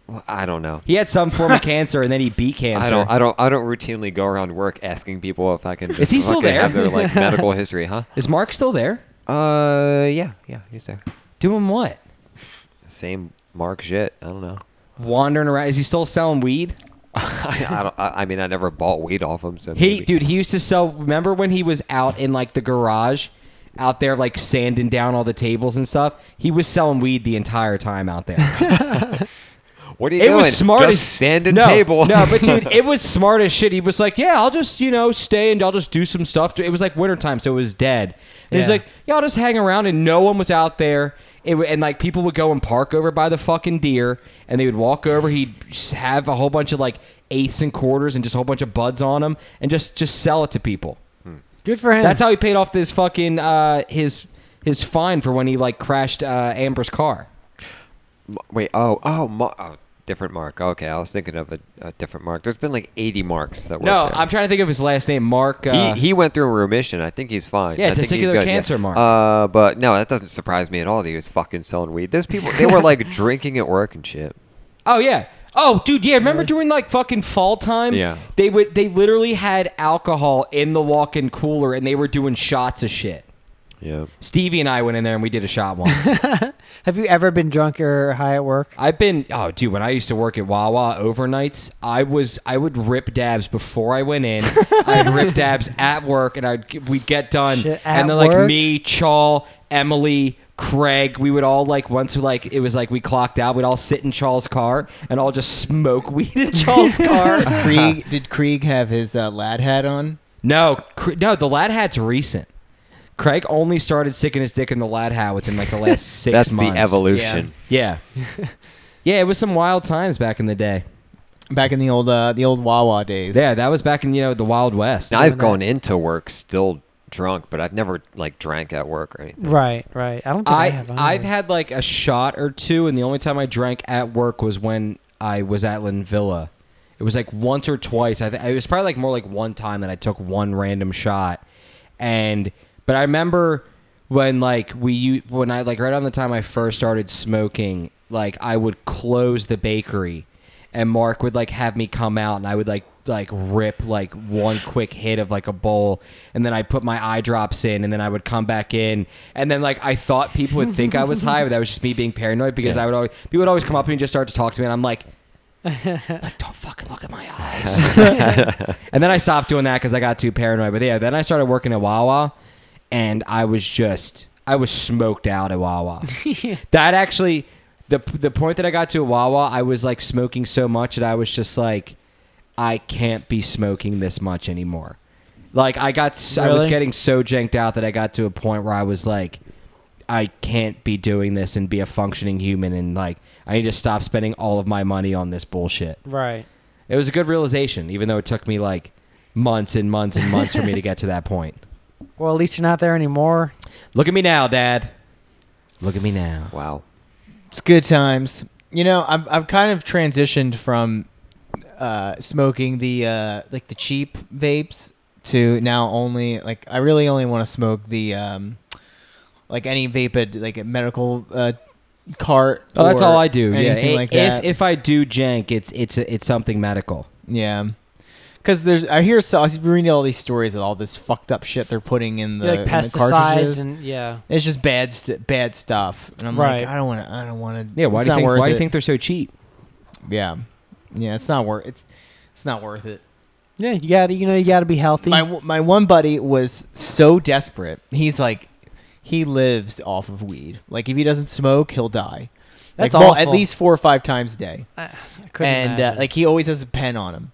Well, I don't know.
He had some form of cancer and then he beat cancer.
I don't. I don't. I don't routinely go around work asking people if I can. just
he still
fucking
there?
Have
(laughs)
their like medical history, huh?
Is Mark still there?
Uh, yeah, yeah, he's there.
Doing what?
Same Mark shit. I don't know.
Wandering around. Is he still selling weed?
I, I don't. I, I mean, I never bought weed off him. So
He,
maybe.
dude, he used to sell. Remember when he was out in like the garage, out there like sanding down all the tables and stuff? He was selling weed the entire time out
(laughs)
there.
What are you
It
doing?
was smart.
Just
as,
sand and
no,
table.
No, but dude, it was smart as shit. He was like, "Yeah, I'll just you know stay and I'll just do some stuff." It was like wintertime, so it was dead. And he's
Yeah.
like, "Yeah, I'll just hang around," and no one was out there. It, w- and like people would go and park over by the fucking deer, and they would walk over. He'd s- have a whole bunch of like eighths and quarters and just a whole bunch of buds on them, and just just sell it to people.
Good for him.
That's how he paid off this fucking uh, his his fine for when he like crashed uh, Amber's car.
(laughs) M- Wait. Oh. Oh. Mar- oh. Different Mark. Okay, I was thinking of a, a different Mark. There's been like 80 Marks that were.
No, I'm trying to think of his last name, Mark. Uh,
he, he went through remission. I think he's fine.
Yeah,
I think he's
testicular
good, yeah.
cancer, Mark.
Uh, but no, that doesn't surprise me at all. That he was fucking selling weed. Those people, they
(laughs)
were like drinking at work and shit.
Oh yeah. Oh, dude, yeah. Remember during like fucking fall time?
Yeah.
They would. They literally had alcohol in the walk-in cooler, and they were doing shots of shit.
Yeah.
Stevie and I went in there, and we did a shot once.
Have you ever been drunk or high at work?
I've been. Oh, dude, when I used to work at Wawa overnights, I was. I would rip dabs before I went
(laughs)
in. I'd rip dabs at work, and I'd we'd get done,
Shit, at
and then like
work?
me, Chaw, Emily. Craig, we would all like once we like it was like we clocked out. We'd all sit in Charles' car and all just smoke (laughs) weed
(laughs)
in Charles' car. (laughs)
Krieg did Krieg have his uh, lad hat on?
No, Cr- no, the lad hat's recent. Craig only started sticking his dick in the lad hat within like the last
(laughs)
six
That's
months.
the evolution.
(laughs)
Yeah. Yeah, it was some wild times back in the day.
Back in the old uh, the old Wawa days.
Yeah, that was back in, you know, the Wild West.
Now,
doing
I've
that.
gone into work still drunk, but I've never like drank at work or anything.
Right, right. I don't think I,
I
have.
I've
either.
had like a shot or two, and the only time I drank at work was when I was at Lynn Villa. It was like once or twice. I th- it was probably like more like one time that I took one random shot, and but I remember when like we u- when I like right on the time I first started smoking, like I would close the bakery, and Mark would like have me come out, and I would like like rip like one quick hit of like a bowl and then I'd put my eye drops in and then I would come back in and then like I thought people would think I was high but that was just me being paranoid because I would always people would always come up to me and just start to talk to me and I'm like like don't fucking look at my eyes (laughs) and then I stopped doing that because I got too paranoid but yeah then I started working at Wawa and I was just I was smoked out at Wawa that actually the the point that I got to at Wawa, I was like smoking so much that I was just like, I can't be smoking this much anymore. Like I got, s I I was
Really?
getting so janked out that I got to a point where I was like, I can't be doing this and be a functioning human, and like I need to stop spending all of my money on this bullshit.
right.
It was a good realization, even though it took me like months and months and months for me to get to that (laughs) point.
Well, at least you're not there anymore.
Look at me now, Dad. Look at me now.
Wow.
It's good times. You know, I've I've kind of transitioned from uh, smoking the uh, like the cheap vapes to now only like I really only want to smoke the um, like any vape at like a medical uh, cart.
Oh, that's
or
all I do. Yeah,
Anything
i-
like
if
that.
if I do jank, it's it's it's something medical.
yeah. Because there's, I hear, so, I was reading all these stories of all this fucked up shit they're putting in the,
You're like
in the
pesticides
cartridges.
and yeah.
it's just bad, st- bad stuff, and I'm
Right.
like, I don't want to, I don't want to.
Yeah, why do you think why do you think they're so cheap? (laughs)
Yeah, yeah, it's not worth it's it's not worth it.
Yeah, you got to you know you got to be healthy.
My w- my one buddy was so desperate. He's like, he lives off of weed. Like if he doesn't smoke, he'll die.
That's
like, mul- at
awful.
least four or five times a day,
I couldn't
and uh,
imagine.
like he always has a pen on him.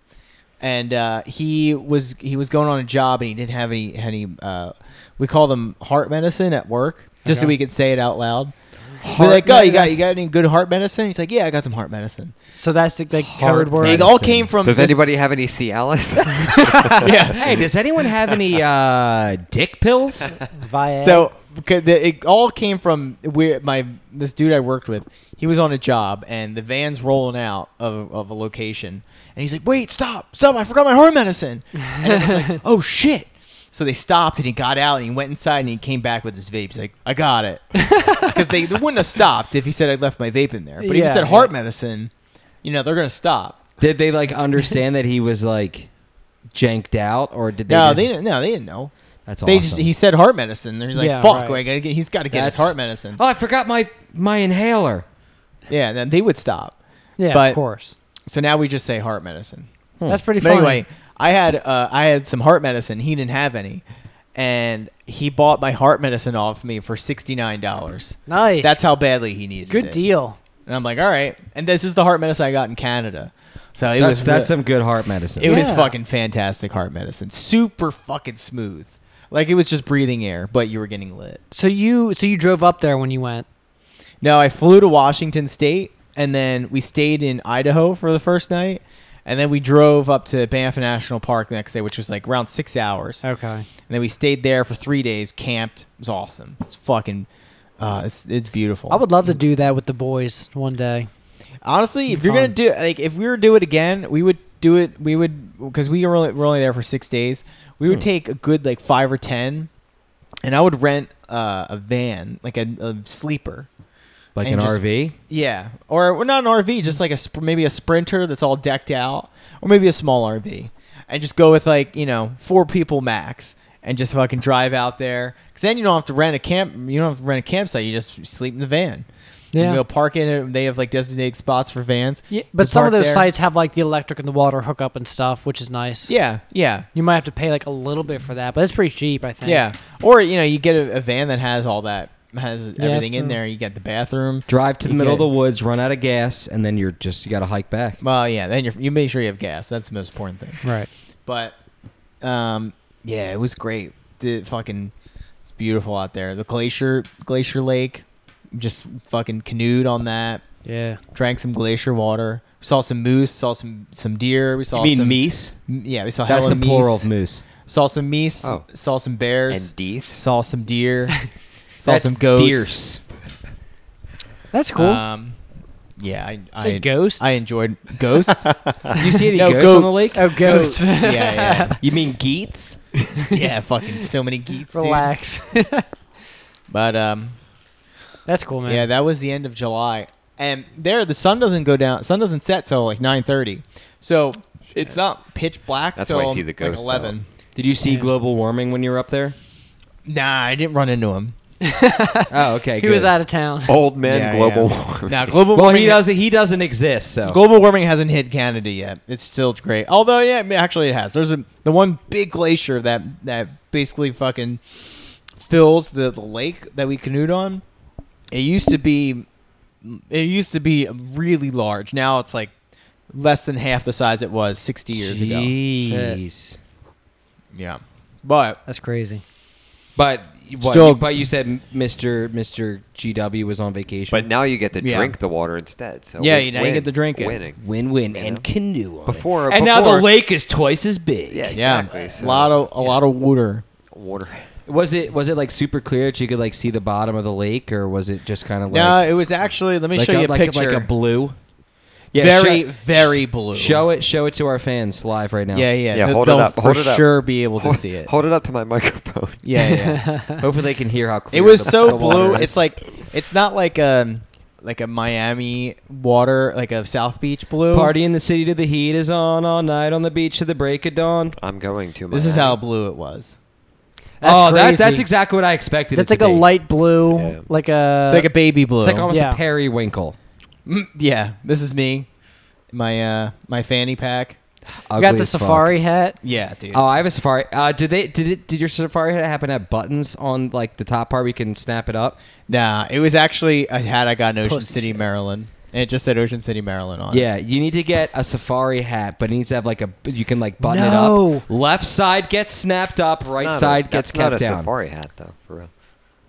And uh, he was he was going on a job and he didn't have any any. Uh, we call them heart medicine at work. just so
Okay.
we could say it out loud. We're
Heart
like, oh, you got
medicine.
you got any good heart medicine? He's like, yeah, I got some heart medicine.
So that's the like
Hard
code word.
It all came
Um,
from.
Does
this-
anybody have any Cialis? (laughs)
yeah.
Hey, does anyone have any uh, dick (laughs) pills?
Via.
So okay, the- it all came from where my this dude I worked with. He was on a job, and the van's rolling out of, of a location, and he's like, "Wait, stop, stop! I forgot my heart medicine." And
(laughs)
everyone's like, "Oh shit!" So they stopped, and he got out, and he went inside, and he came back with his vape. He's like, "I
(laughs)
got it," because they, they wouldn't have stopped if he said I left my vape in there. But if
Yeah,
he said heart medicine, you know, they're gonna stop.
Did they like understand that he was like janked out, or did they?
no,
just-
they didn't. No, they didn't know.
That's
They
awesome.
just he said heart medicine. They're just like,
Yeah,
"Fuck,
right.
I gotta get, he's got to get
That's-
his heart medicine."
oh, I forgot my my inhaler.
Yeah, then they would stop.
yeah,
but-
of course.
So now we just say heart medicine.
That's pretty
But
funny.
anyway, I had uh, I had some heart medicine. He didn't have any, and he bought my heart medicine off me for sixty nine dollars.
nice.
That's how badly he needed it.
good deal.
And I'm like, all right. And this is the heart medicine I got in Canada. So it
that's
was
that's
re-
some good heart medicine.
it was
Yeah.
fucking fantastic heart medicine. Super fucking smooth. Like it was just breathing air, but you were getting lit.
So you so you drove up there when you went.
No, I flew to Washington State, and then we stayed in Idaho for the first night, and then we drove up to Banff National Park the next day, which was like around six hours.
Okay.
And then we stayed there for three days, camped. It was awesome. It's fucking, uh, it's, it's beautiful.
I would love to do that with the boys one day.
honestly, if you're
Fun.
gonna do like, if we were to do it again, we would do it. We would because we were only, were only there for six days. We would
Hmm.
take a good like five or ten, and I would rent uh, a van, like a, a sleeper.
like an
and just-
RV.
Yeah, or well, not an RV, just like a sp- maybe a Sprinter that's all decked out, or maybe a small RV, and just go with like you know four people max, and just fucking drive out there. Because then you don't have to rent a camp, you don't have to rent a campsite. You just sleep in the van. You
Yeah.
can go park in it. They have like designated spots for vans.
Yeah,
You
but some of
park
those
there.
sites have like the electric and the water hookup and stuff, which is nice.
Yeah, yeah,
You might have to pay like a little bit for that, but it's pretty cheap, I think.
yeah. Or you know you get a, a van that has all that has everything in
true.
there. You get the bathroom.
Drive to the
You
middle of
get-
the woods, run out of gas, and then you're just you got to hike back.
Well, yeah. Then you you make sure you have gas. That's the most important thing.
Right.
But um, yeah, it was great. The fucking it's beautiful out there. The glacier, glacier lake, just fucking canoed on that.
Yeah.
Drank some glacier water. Saw some moose. Saw some some deer. We saw some
meese?
M- Yeah, we saw
That's
hella
the plural
meese.
of moose.
Saw some meese.
Oh.
Saw some bears.
and Dees?
saw
(laughs)
some deer. saw
That's
some goats.
deers.
That's cool.
Um, yeah, I
Say
I,
ghosts?
I enjoyed ghosts.
Do (laughs) you see any
No,
goats, on the lake?
oh, goats.
(laughs)
yeah, yeah,
You mean geets?
yeah. Fucking so many geeks. dude.
Relax. (laughs)
But um,
That's cool, man.
Yeah, that was the end of July, and there the sun doesn't go down. Sun doesn't set till like nine thirty, so it's not pitch black.
That's
till
why I see the
like
ghosts
eleven.
Did you see global warming when you were up there?
Nah, I didn't run into him.
(laughs) Oh, okay.
he was out of town.
Old men
Yeah,
global
yeah.
warming. (laughs)
Now global
Well,
warming.
he doesn't. He doesn't exist. So
Oh. Global warming hasn't hit Canada yet. It's still great. Although, yeah, I mean, actually, it has. There's a, the one big glacier that that basically fucking fills the, the lake that we canoed on. It used to be, it used to be really large. Now it's like less than half the size it was 60 years ago.
Jeez.
Yeah, but
That's crazy.
But you- what,
Still-
you- but you said Mr. Mr. GW was on vacation.
But now you get to
Yeah.
drink the water instead. So
Yeah,
win-
you- now you get
win-
to drink it.
Winning.
win win
Yeah.
and canoe on it.
Before-
and now the
before-
lake is twice as big.
Yeah,
yeah,
exactly.
a lot of a
yeah.
lot of water.
water.
Was it was it like super clear that you could like see the bottom of the lake, or was it just kind of like
no, it was actually. Let me
like
show
a,
you a
like,
picture.
like a blue? Yeah,
very
sho-
very blue.
Show it show it to our fans live right now.
Yeah, yeah.
Yeah,
They'll-
hold it
they'll
up, hold
for
it up.
sure be able
Hold,
to see it.
hold it up to my microphone.
(laughs)
Yeah, yeah.
Hopefully they can hear how clear
it was
the-
so
the water
blue.
is.
It's like it's not like a like a Miami water, like a South Beach blue.
party in the city to the heat is on all night on the beach to the break of dawn.
I'm going to.
This is
Miami.
how blue it was.
That's
oh, that
crazy.
that's exactly what I expected.
That's
it
like
to
a
be.
light blue,
Yeah.
like a
It's like a baby blue.
Uh, It's like almost
Yeah.
a periwinkle.
Mm, yeah, this is me. My uh my fanny pack.
you
Ugly
got the
as fuck.
safari hat.
Yeah, dude.
Oh, I have a safari. Uh, did they? Did it? Did your safari hat happen to have buttons on like the top part? We can snap it up.
Nah, it was actually a hat I got in Ocean
Pussy
City,
shit.
Maryland. And it just said Ocean City, Maryland on it.
Yeah, you need to get a safari hat, but it needs to have like a. You can like button it
No.
up. Left side gets snapped up.
It's
right
not a-
side gets
that's not
kept
a
down.
safari hat though, for real.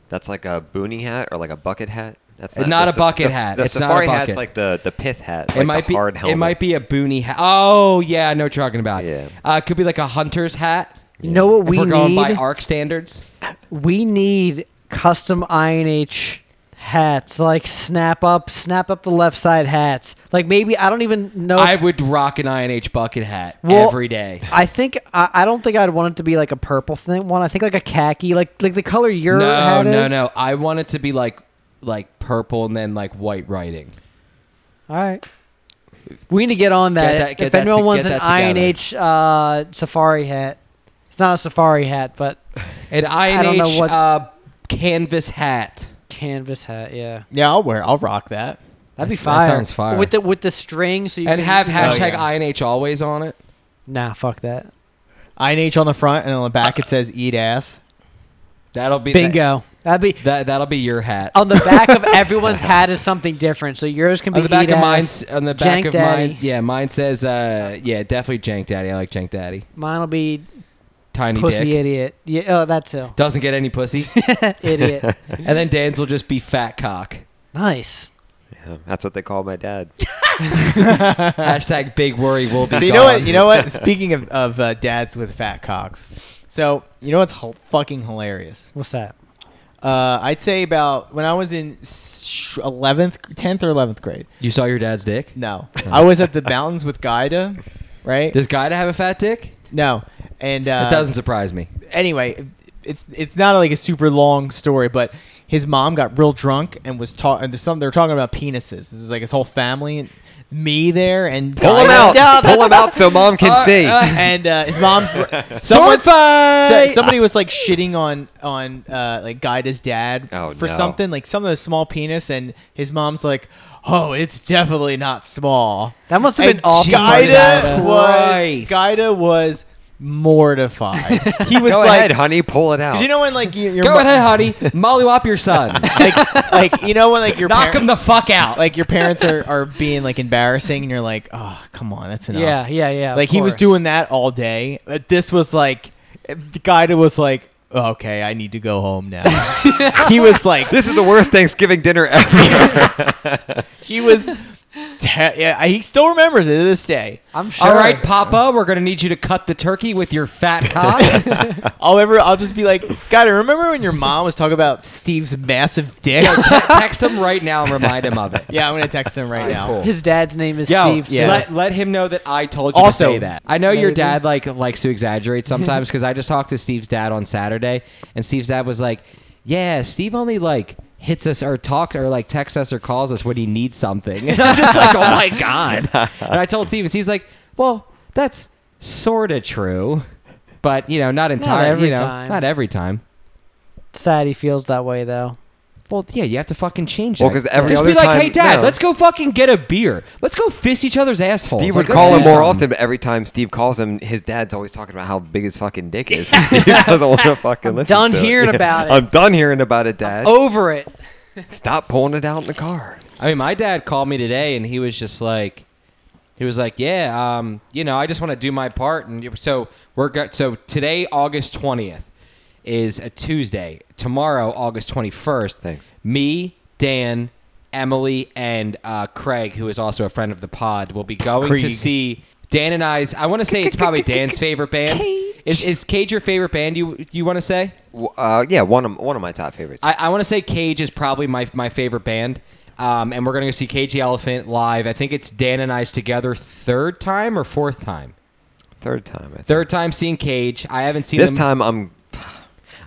That's like a boonie hat or like a bucket hat. That's not,
Not
the
a
sa-
bucket
the-
hat.
The
It's not a
safari
bucket.
hat's like the, the pith hat. Like
it might
the
be
hard helmet.
it might be a boonie hat. Oh yeah, I know what you're talking about.
Yeah.
uh, it could be like a hunter's hat.
You know what
If
we
we're going
need?
by arc standards.
we need custom INH hats, like snap up, snap up the left side hats. Like maybe I don't even know.
I
if-
would rock an INH bucket hat
Well,
every day.
I think I, I don't think I'd want it to be like a purple thing one. I think like a khaki, like like the color your
No,
hat
no,
is.
no. I want it to be like like purple and then like white writing.
All right. We need to get on that.
Get that- get
if
that
anyone
to-
wants
get
an
that together.
INH uh, safari hat, it's not a safari hat, but
An
don't know
INH
what-
uh, canvas hat.
canvas hat. Yeah,
Yeah, I'll wear. I'll rock that.
that'd be
That
fire.
sounds fire.
With the with the string, so you
And
can
have
you
Oh,
hashtag
yeah.
INH always on it.
Nah, fuck that.
INH on the front and on the back it says "Eat ass."
That'll be
Bingo. That'd be
That, that will be your hat.
on the back
(laughs)
of everyone's hat is something different. So yours can be
on the back
eat
of mine,
ass,
on the back
Jank
of
Daddy.
mine, yeah, mine says, uh, yeah, definitely Jank Daddy. I like Jank Daddy.
Mine'll be
Tiny
pussy
dick.
idiot. Yeah, oh, that too.
Doesn't get any pussy.
(laughs)
(laughs)
idiot.
and then Dan's will just be
(laughs)
fat cock.
Nice.
Yeah, that's what they call my dad.
(laughs)
Hashtag big worry will be
So you
gone.
know what? You know what? Speaking of, of uh, dads with fat cocks, so you know what's hel- fucking hilarious?
What's that?
Uh, I'd say about when I was in eleventh, tenth or eleventh grade.
You saw your dad's dick?
No,
Hmm.
I was at the mountains with Gaida, right?
Does Guy to have a fat dick?
No, and uh,
That doesn't surprise me.
anyway, it's it's not like a super long story, but his mom got real drunk and was talking. There's something they were talking about penises. This was like his whole family and me there and
Pull him
Gaida.
out.
Yeah,
Pull him out so
(laughs)
mom can
Uh,
see.
uh,
And uh, his
(laughs)
mom's someone
Sword fight!
sa- somebody was like shitting on on uh, like Gaida's dad
Oh,
for
no.
something like some of the small penis, and his mom's like, "Oh, it's definitely not small."
That must have been
And
awful. for
Gaida
Dad.
was
Christ.
Gaida was mortified. He was
(laughs) Go
like,
ahead, honey. Pull it out.
Cause you know when like you, your
Go
mo-
ahead, honey.
(laughs)
Mollywop your son.
like, like you know when like your
Knock
par-
him the fuck out.
like your parents are, are being like embarrassing and you're like oh come on that's enough
Yeah, yeah, yeah. of
like he was
course.
doing that all day but this was like the guy that was like okay I need to go home now he was like
this is the worst Thanksgiving dinner ever.
he was te- yeah he still remembers it to this day
I'm sure.
All right, Papa, we're gonna need you to cut the turkey with your fat
(laughs)
cock.
I'll ever I'll just be like God I remember when your mom was talking about Steve's massive dick
Yo, te- text him right now and remind him of it.
yeah I'm gonna text him right now
cool.
His dad's name is
Yo,
Steve.
yeah.
too.
let, let him know that I told you
Also-
to say that. I know your
Maybe.
dad like likes to exaggerate sometimes because I just talked to Steve's dad on Saturday, and Steve's dad was like, "Yeah, Steve only like hits us or talks or like texts us or calls us when he needs something." (laughs) And I'm just like, "Oh my god!" And I told Steve, and Steve's like, "Well, that's sort of true, but you know, not entirely.
every
You know,
time.
not every time.
Sad he feels that way though.
Well, yeah, you have to fucking change
Well,
that.
'cause every
just
other
be like,
time-
hey, dad,
no.
let's go fucking get a beer. Let's go fist each other's assholes.
Steve
Like,
would
let's
call
do
him more
something.
often, but every time Steve calls him, his dad's always talking about how big his fucking
(laughs)
dick is. (laughs) Steve doesn't want to fucking
I'm
listen.
done
to
hearing
it.
about it.
I'm done hearing about it, Dad.
Oh.
Over it.
Stop pulling it out in the car.
I mean, my dad called me today, and he was just like, he was like, yeah, um, you know, I just want to do my part, and you- so we're go- so today, August twentieth, is a Tuesday. Tomorrow, August twenty first.
Thanks.
Me, Dan, Emily, and uh, Craig, who is also a friend of the pod, will be going to
Krieg.
see Dan and I's. I want to say it's probably Dan's favorite band. Is is Cage your favorite band? You you want to say?
W- Uh, yeah, one of one of my top favorites.
I, I want to say Cage is probably my my favorite band. Um, and we're gonna go see Cage the Elephant live. I think it's Dan and I's together third time or fourth time.
Third time. I think.
Third time seeing Cage. I haven't seen
This
them-
time I'm.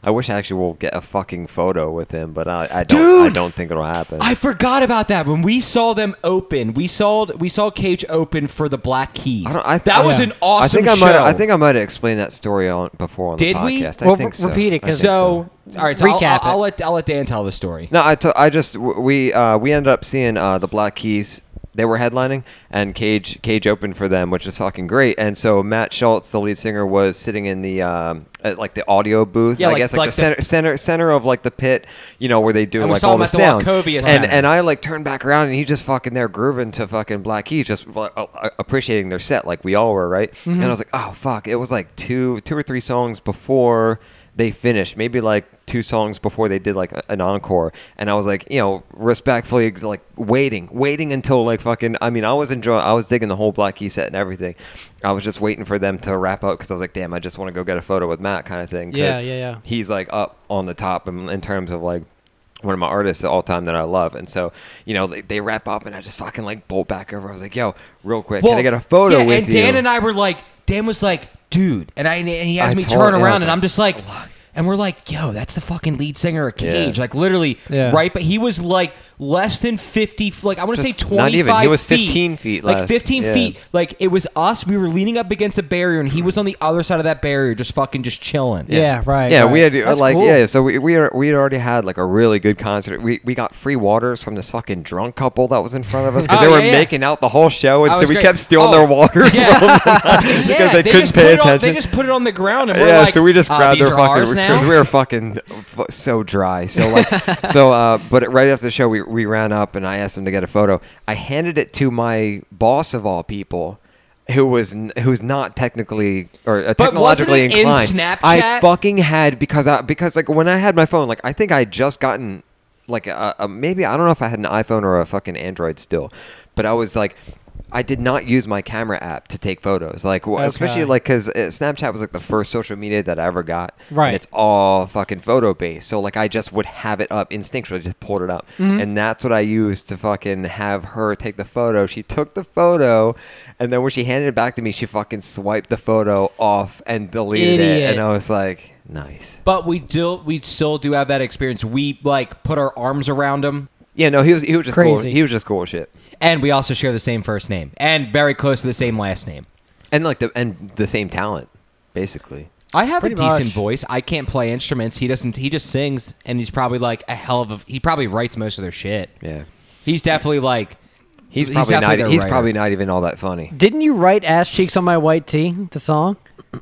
I wish I actually will get a fucking photo with him, but I, I don't. I
Dude!
don't think it'll happen.
I forgot about that when we saw them open. We saw we saw Cage open for the Black Keys.
I don't- I th- oh,
that was
yeah.
an awesome
I think I
show.
might. I think I might have explained that story on before on
Did
the
we?
podcast. I
Well,
think
re-
so.
repeat it,
I
'cause-
think
so. All right, so I'll-
Recap
I'll, I'll
it.
let I'll let Dan tell the story.
No, I, t- I just w- we uh, we ended up seeing uh, the Black Keys. They were headlining, and Cage Cage opened for them, which is fucking great. And so Matt Schultz, the lead singer, was sitting in the um, at, like the audio booth.
Yeah,
I
like-
guess like,
like
the,
the-
center center center of like the pit, you know, where they do
And we
like
saw
all
him
the
at the
sound.
Wachovia
and
Center.
and I like turned back around, and he just fucking there grooving to fucking Black Keys, just like, uh, uh, appreciating
Mm-hmm.
their set like we all were, right? And I was like, oh fuck, it was like two two or three songs before they finished maybe like two songs before they did like a- an encore and i was like you know respectfully like waiting waiting until like fucking i mean i was enjoying i was digging the whole black key set and everything i was just waiting for them to wrap up because i was like damn i just want to go get a photo with matt kind of thing 'cause
Yeah, yeah, yeah.
he's like up on the top in, in terms of like one of my artists at all time that I love. And so, you know, they, they wrap up and I just fucking like bolt back over. I was like, yo, real quick, can I get a photo
yeah,
with
and
you?
Dan and I were like, Dan was like, dude, and I and he has
I
me
told-
turn
yeah, I
around,
was
and I'm
like,
just like, and we're like, yo, that's the fucking lead singer of Cage,
Yeah.
like literally
Yeah.
right. But he was like less than fifty, f- like I want to say
Just
twenty.
not even. He was 15 feet
like
less.
fifteen
Yeah.
feet. Like it was us. We were leaning up against a barrier, and he was on the other side of that barrier, just fucking just chilling.
Yeah, right.
Yeah,
right.
we had
That's
like
cool.
yeah, so we we, are, we had already had like a really good concert. We we got free waters from this fucking drunk couple that was in front of us because
(laughs) Oh,
they were
yeah, yeah.
making out the whole show, and
That
so
was
we
great.
kept stealing
Oh,
their waters
yeah.
from them (laughs) because
Yeah,
they, couldn't
just
pay
put it on-
attention.
they just put it on the ground, and we're
yeah,
like,
so we just
"Uh,
grabbed
these
their
are
fucking
ours
because
now?
we were fucking f- so dry.
(laughs)
So like, so uh, but right after the show, we we ran up and I asked them to get a photo. I handed it to my boss of all people. Who was n- who's not technically or uh, technologically
wasn't it in
inclined? I
Snapchat?
fucking had because I because like when I had my phone, like I think I had just gotten like a, a maybe I don't know if I had an iPhone or a fucking Android still, but I was like. I did not use my camera app to take photos, like w especially
Okay.
like because Snapchat was like the first social media that I ever got.
Right.
and it's all fucking photo based. So like I just would have it up instinctually, just pulled it up,
Mm-hmm.
and that's what I used to fucking have her take the photo. She took the photo, and then when she handed it back to me, she fucking swiped the photo off and deleted it,
Idiot.
and I was like, nice.
But we do, we still do have that experience. We like put our arms around him.
Yeah, no, he was he was just cool.
Crazy.
He was just cool as shit.
And we also share the same first name and very close to the same last name.
And like the and the same talent, basically.
I have
Pretty
a decent
much.
voice. I can't play instruments. He doesn't. He just sings, and he's probably like a hell of a. He probably writes most of their shit.
Yeah.
He's definitely like.
He's probably
definitely their
not. e-, He's
writer.
probably not even all that funny.
Didn't you write "Ass Cheeks on My White Tee"? The song.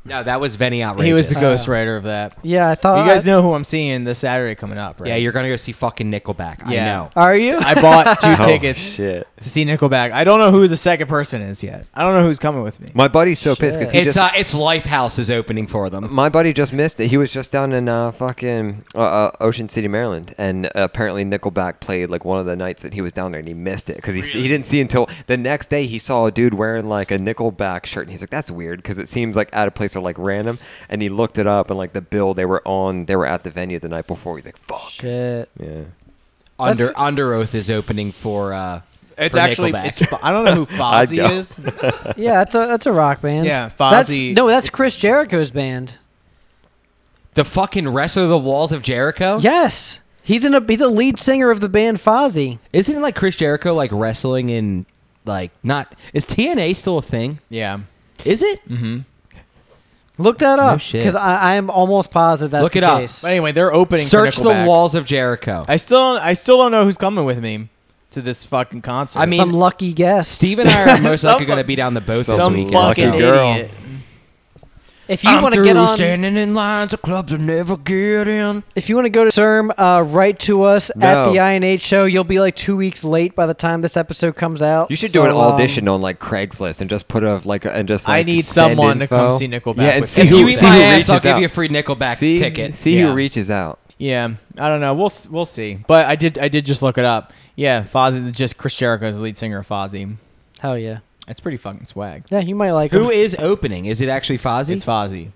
No, that was Venny outrageous.
He was the ghostwriter of that.
Yeah, I thought.
You guys know who I'm seeing this Saturday coming up, right?
yeah, you're gonna go see fucking Nickelback. I
Yeah.
know.
Are you?
(laughs)
I bought two
(laughs) Oh,
tickets
shit.
to see Nickelback. I don't know who the second person is yet. I don't know who's coming with me.
My buddy's so pissed because he
It's
just.
uh, it's Lifehouse is opening for them.
my buddy just missed it. He was just down in uh, fucking uh, uh, Ocean City, Maryland, and apparently Nickelback played like one of the nights that he was down there, and he missed it because he, he didn't see until the next day. He saw a dude wearing like a Nickelback shirt, and he's like, "That's weird," because it seems like out of place or like random. And he looked it up, and like the bill they were on, they were at the venue the night before. He's like, "Fuck."
Shit.
Yeah.
Under Under Oath is opening for. uh
It's
for
actually,
Nickelback.
it's, I don't
(laughs)
know who
I'd
Fozzy
go.
is.
Yeah, that's a that's a rock band.
Yeah,
That's-
Fozzy-
no, that's Chris Jericho's band.
the fucking wrestler of the walls of Jericho.
Yes, he's in a he's a lead singer of the band Fozzy.
Isn't it like Chris Jericho like wrestling in like not is TNA still a thing? (laughs)
Yeah.
Is it?
Look that up
shit.
because I, I am almost positive that's
Look
the
it up.
case.
But anyway, they're opening. for
Search the
Nickelback.
walls of Jericho.
I still, don't, I still don't know who's coming with me to this fucking concert.
I mean-
Some lucky guess.
Steve and I are (laughs) most likely
Some-
going to be down the boat
some
this
some
weekend.
lucky
so.
fucking
girl.
idiot.
if you want to get on,
in lines of clubs I never get in.
if you want to go to CERM, uh, write to us at
No.
the INH show. You'll be like two weeks late by the time this episode comes out.
You should do an
So, um,
audition on like Craigslist and just put a like and just.
I
like,
need
send
someone to come
info.
see Nickelback
Yeah, and
with
see
me.
If
who,
you eat
see
my
who
ass,
reaches
I'll give
out.
you a free Nickelback
see,
ticket.
See
Yeah.
who reaches out.
Yeah, I don't know. We'll s- we'll see. But I did I did just look it up. Yeah, Fozzy, just Chris Jericho's the lead singer of Fozzy.
Hell yeah,
It's pretty fucking swag.
yeah, you might like.
Who
Who?
is opening? Is it actually Fozzy?
It's Fozzy.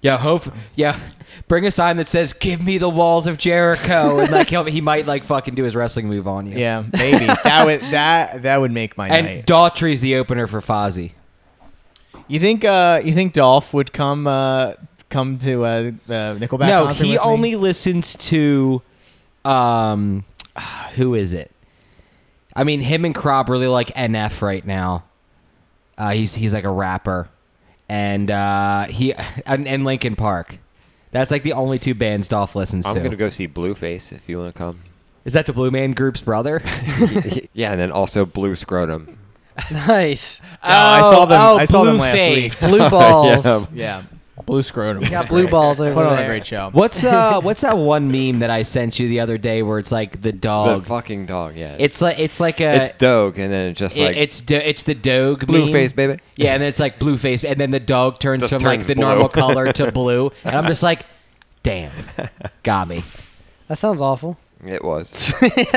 yeah, hope. Yeah, bring a sign that says "Give me the walls of Jericho," and like he'll, he might like fucking do his wrestling move on you.
Yeah,
(laughs)
maybe that would that that would make my
and
night.
Daughtry's the opener for Fozzy.
you think uh you think Dolph would come uh come to uh the Nickelback?
no,
concert
he
with me?
only listens to, um, (sighs) who is it? I mean, him and Crop really like NF right now. Uh, he's he's like a rapper, and uh, he (laughs) and, and Linkin Park. That's like the only two bands Dolph listens
I'm
to.
gonna go see Blueface if you want to come.
Is that the Blue Man Group's
(laughs)
brother? (laughs)
yeah, and then also Blue Scrotum.
(laughs)
(laughs)
Nice.
Oh, I saw them. I saw them last
Blueface.
week.
Blue balls.
Yeah, blue scrotum. was
Got blue
great.
balls over
Put on
there.
a great show.
What's uh What's that one meme that I sent you the other day where it's like the
The
dog?
fucking dog, yeah.
it's like it's like a
it's Doge, and then it just
it-
like
it's do, it's the dog meme.
Blueface, baby.
Yeah, and then it's like blue face, and then the dog turns
Just
from like
turns
the
(laughs) blue.
normal color to blue, and I'm just like, Damn. Got me.
That sounds awful.
(laughs) It
(laughs)
was.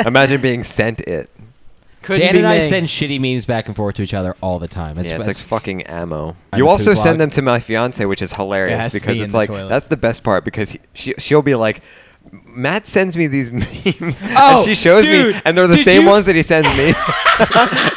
Imagine being sent it.
(laughs) Couldn't
Dan
be
and I
me.
send shitty memes back and forth to each other all the time. It's,
yeah, it's like
it's-
fucking ammo.
I'm
You
a
also
poop
send
log.
them to my fiance, which is
It
hilarious
has to
because
be in
it's
the
like
toilet.
that's the best part because he, she she'll be like. Matt sends me these (laughs) memes,
Oh,
and she shows me,
dude,
and they're the
did
same
you-
ones that he sends me, (laughs)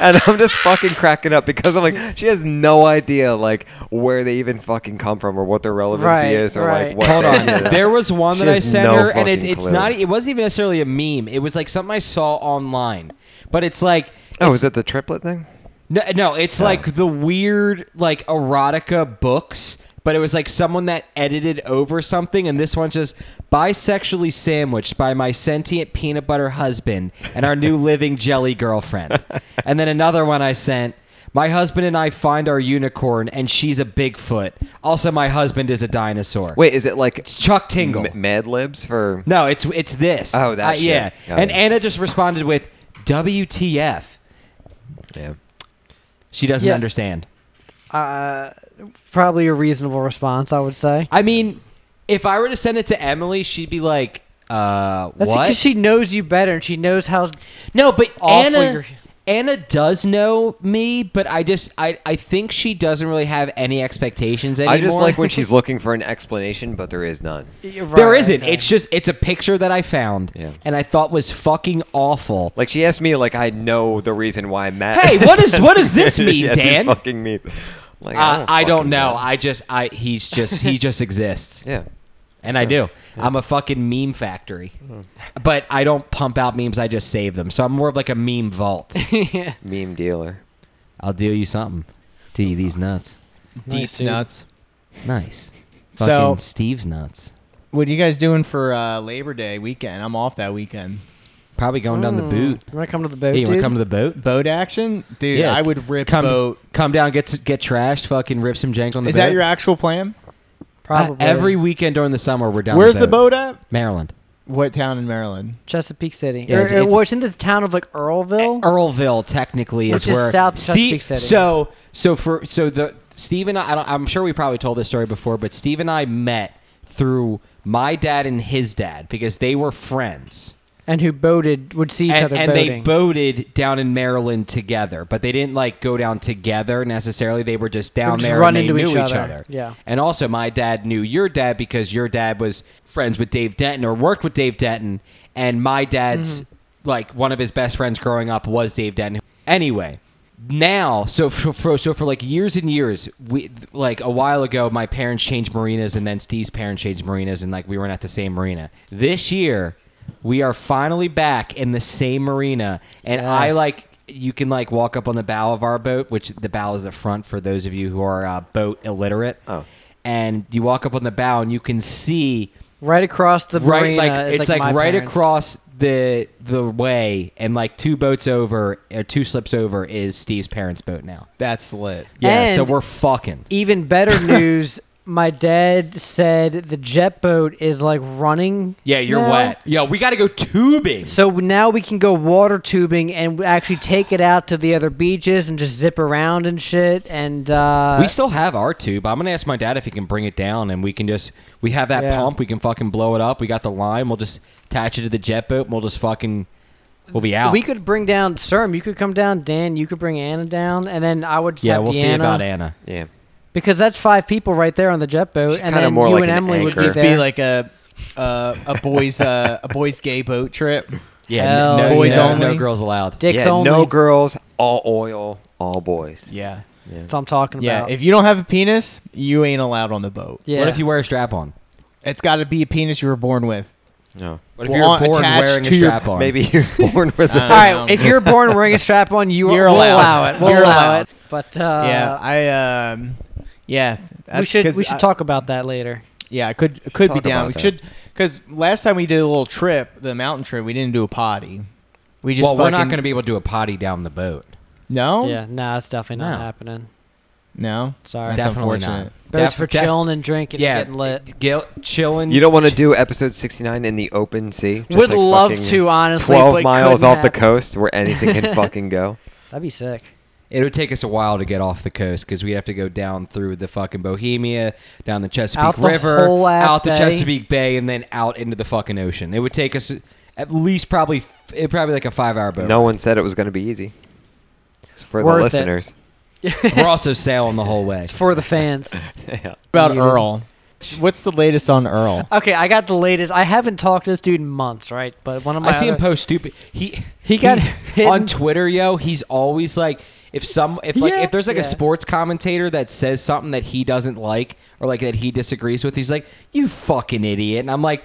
and I'm just fucking cracking up because I'm like, she has no idea like where they even fucking come from or what their relevancy
Right,
is or
right.
like what.
Hold
they-
on.
(laughs)
There was one
She
that I
has
sent
no
her, and it,
fucking
it's
clue.
not. e, It wasn't even necessarily a meme. It was like something I saw online, but it's like.
Oh,
it's-
is it the triplet thing?
No, no, it's like the weird like erotica books, but it was like someone that edited over something, and this one's just bisexually sandwiched by my sentient peanut butter husband and our new living jelly
(laughs)
girlfriend. and then another one I sent. My husband and I find our unicorn, and she's a Bigfoot. Also, my husband is a dinosaur.
Wait, is it like
it's Chuck Tingle.
M- Mad Libs for?
No, it's it's this.
Oh, that
Uh, yeah.
shit. Oh,
and
yeah.
Anna just responded with WTF.
Yeah.
She doesn't
Yeah.
understand.
Uh, probably a reasonable response, I would say.
I mean, if I were to send it to Emily, she'd be like, uh,
That's
what?
because she knows you better, and she knows how.
no, but
Awful
Anna,
you're-
Anna does know me, but I just, I, I think she doesn't really have any expectations anymore.
I just like when she's looking for an explanation, but there is none.
(laughs) There isn't. It's
(laughs)
just, it's a picture that I found
Yeah.
and I thought was fucking awful.
Like she asked me, like I know the reason why Matt.
Hey, what is- what
(laughs)
does this mean,
Yeah, these
Dan?
Fucking mean. Like,
Uh, I don't
fucking
know. I just, I, he's just,
(laughs)
he just exists.
Yeah.
And I do. I'm a fucking meme factory. But I don't pump out memes, I just save them. So I'm more of like a meme
(laughs)
vault.
yeah.
Meme dealer.
I'll deal you something. Deal you these nuts.
Nice,
Deets
dude.
nuts.
Nice.
So-
Fucking Steve's nuts.
What are you guys doing for uh, Labor Day weekend? I'm off that weekend.
Probably going down the
Mm.
boot.
Hmm. You want to come to the boat,
Hey, you want
dude?
to come to the boat?
Boat action, dude.
Yeah,
I would rip
Come,
boat.
come down, get s- get trashed, fucking rip some jank on the
Is
boat.
that your actual plan?
Uh,
Probably
every weekend during the summer, we're down.
Where's
the
the boat at?
Maryland.
What town in Maryland?
Chesapeake City.
Yeah,
or,
it's- Er,
well, it's in the town of like Earlville.
Earlville technically
Which
is
is
where
South
Ste-
Chesapeake City.
So so for so the Steve and I, I don't, I'm sure we probably told this story before, but Steve and I met through my dad and his dad because they were friends.
and who boated would see each
and,
other
and
boating.
they boated down in Maryland together, but they didn't like go down together necessarily. They were just down
just
there
run
and they
into
knew
each
each
other.
other.
Yeah.
And also, my dad knew your dad because your dad was friends with Dave Denton or worked with Dave Denton, and my dad's
Mm-hmm.
like one of his best friends growing up was Dave Denton. Anyway. Now, so for, for so for like years and years, we like a while ago, my parents changed marinas, and then Steve's parents changed marinas, and like we weren't at the same marina. This year, we are finally back in the same marina, and I
Yes.
like you can like walk up on the bow of our boat, which the bow is the front for those of you who are uh, boat illiterate.
Oh.
And you walk up on the bow and you can see
right across the
right
marina
like
is,
it's like,
my
right
parents.
across the the way and like two boats over or two slips over is Steve's parents' boat now.
That's lit.
Yeah, so
And-
we're fucking.
Even
(laughs)
better news. My dad said the jet boat is like running.
Yeah, you're
now.
wet. Yeah, we got to go tubing.
So now we can go water tubing and actually take it out to the other beaches and just zip around and shit. And uh,
we still have our tube. I'm gonna ask my dad if he can bring it down, and we can just we have that
Yeah.
pump. We can fucking blow it up. We got the line. We'll just attach it to the jet boat. And we'll just fucking we'll be out.
We could bring down Serm. You could come down, Dan. You could bring Anna down, and then I would just
yeah,
have
we'll
Deanna,
see about Anna.
Yeah.
because that's five people right there on the jet boat,
She's
and
kinda
then
more
you
like
and
an
Emily would
anchor.
be
Just
Just
there.
be like a uh, a boys uh, a boys gay boat trip.
Yeah,
Hell
no,
Boys
no,
only.
no girls allowed.
dicks
yeah.
only.
No girls, all oil, all boys.
Yeah,
That's what I'm talking
yeah.
about.
If you don't have a penis, you ain't allowed on the boat.
yeah.
What if you wear a strap on?
It's got to be a penis you were born with.
No.
What if
Well,
you're
on-
born
attached
wearing a
to your-
strap on?
Maybe he was born with.
Uh,
All
a-
right.
Um,
if you're born wearing a strap on, you
You're
we'll
allowed.
allow it. We'll
You're
allow
allowed.
it. But uh,
yeah, I um, yeah.
we
that's
should
'cause
we should
I-
talk about that later.
Yeah, I could I could be
talk
down.
about
We
that.
should because last time we did a little trip, the mountain trip, we didn't do a potty. We just
well, we're not
fucking-
going to be able to do a potty down the boat.
no
Yeah, nah, it's definitely not
No.
happening.
no.
Sorry,
That's
Definitely not.
unfortunate.
boats
Def-
for
def-
chilling and drinking,
Yeah,
and getting lit.
Gil- chilling.
you don't want to do episode 69 in the open sea. Just
Would
like
love
fucking
to honestly.
12
but
miles
couldn't
off the
happen.
(laughs)
coast where anything can fucking go.
That'd be sick.
It would take us a while to get off the coast because we have to go down through the fucking Bohemia, down the Chesapeake
Out the
River,
whole ass
out the
bay.
Chesapeake Bay, and then out into the fucking ocean. It would take us at least probably it probably like a five hour boat.
No one said it was going to be easy. It's for
Worth
the
it.
listeners. (laughs)
we're also sailing the whole way.
for the fans.
yeah.
about
You-
Earl? What's the latest on Earl?
Okay, I got the latest. I haven't talked to this dude in months, right? But one of my
I see him
other-
post stupid. He
He got hit
on
in-
Twitter, yo. He's always like, if some, if like,
Yeah.
if there's like
Yeah.
a sports commentator that says something that he doesn't like or like that he disagrees with, he's like, "You fucking idiot," and I'm like,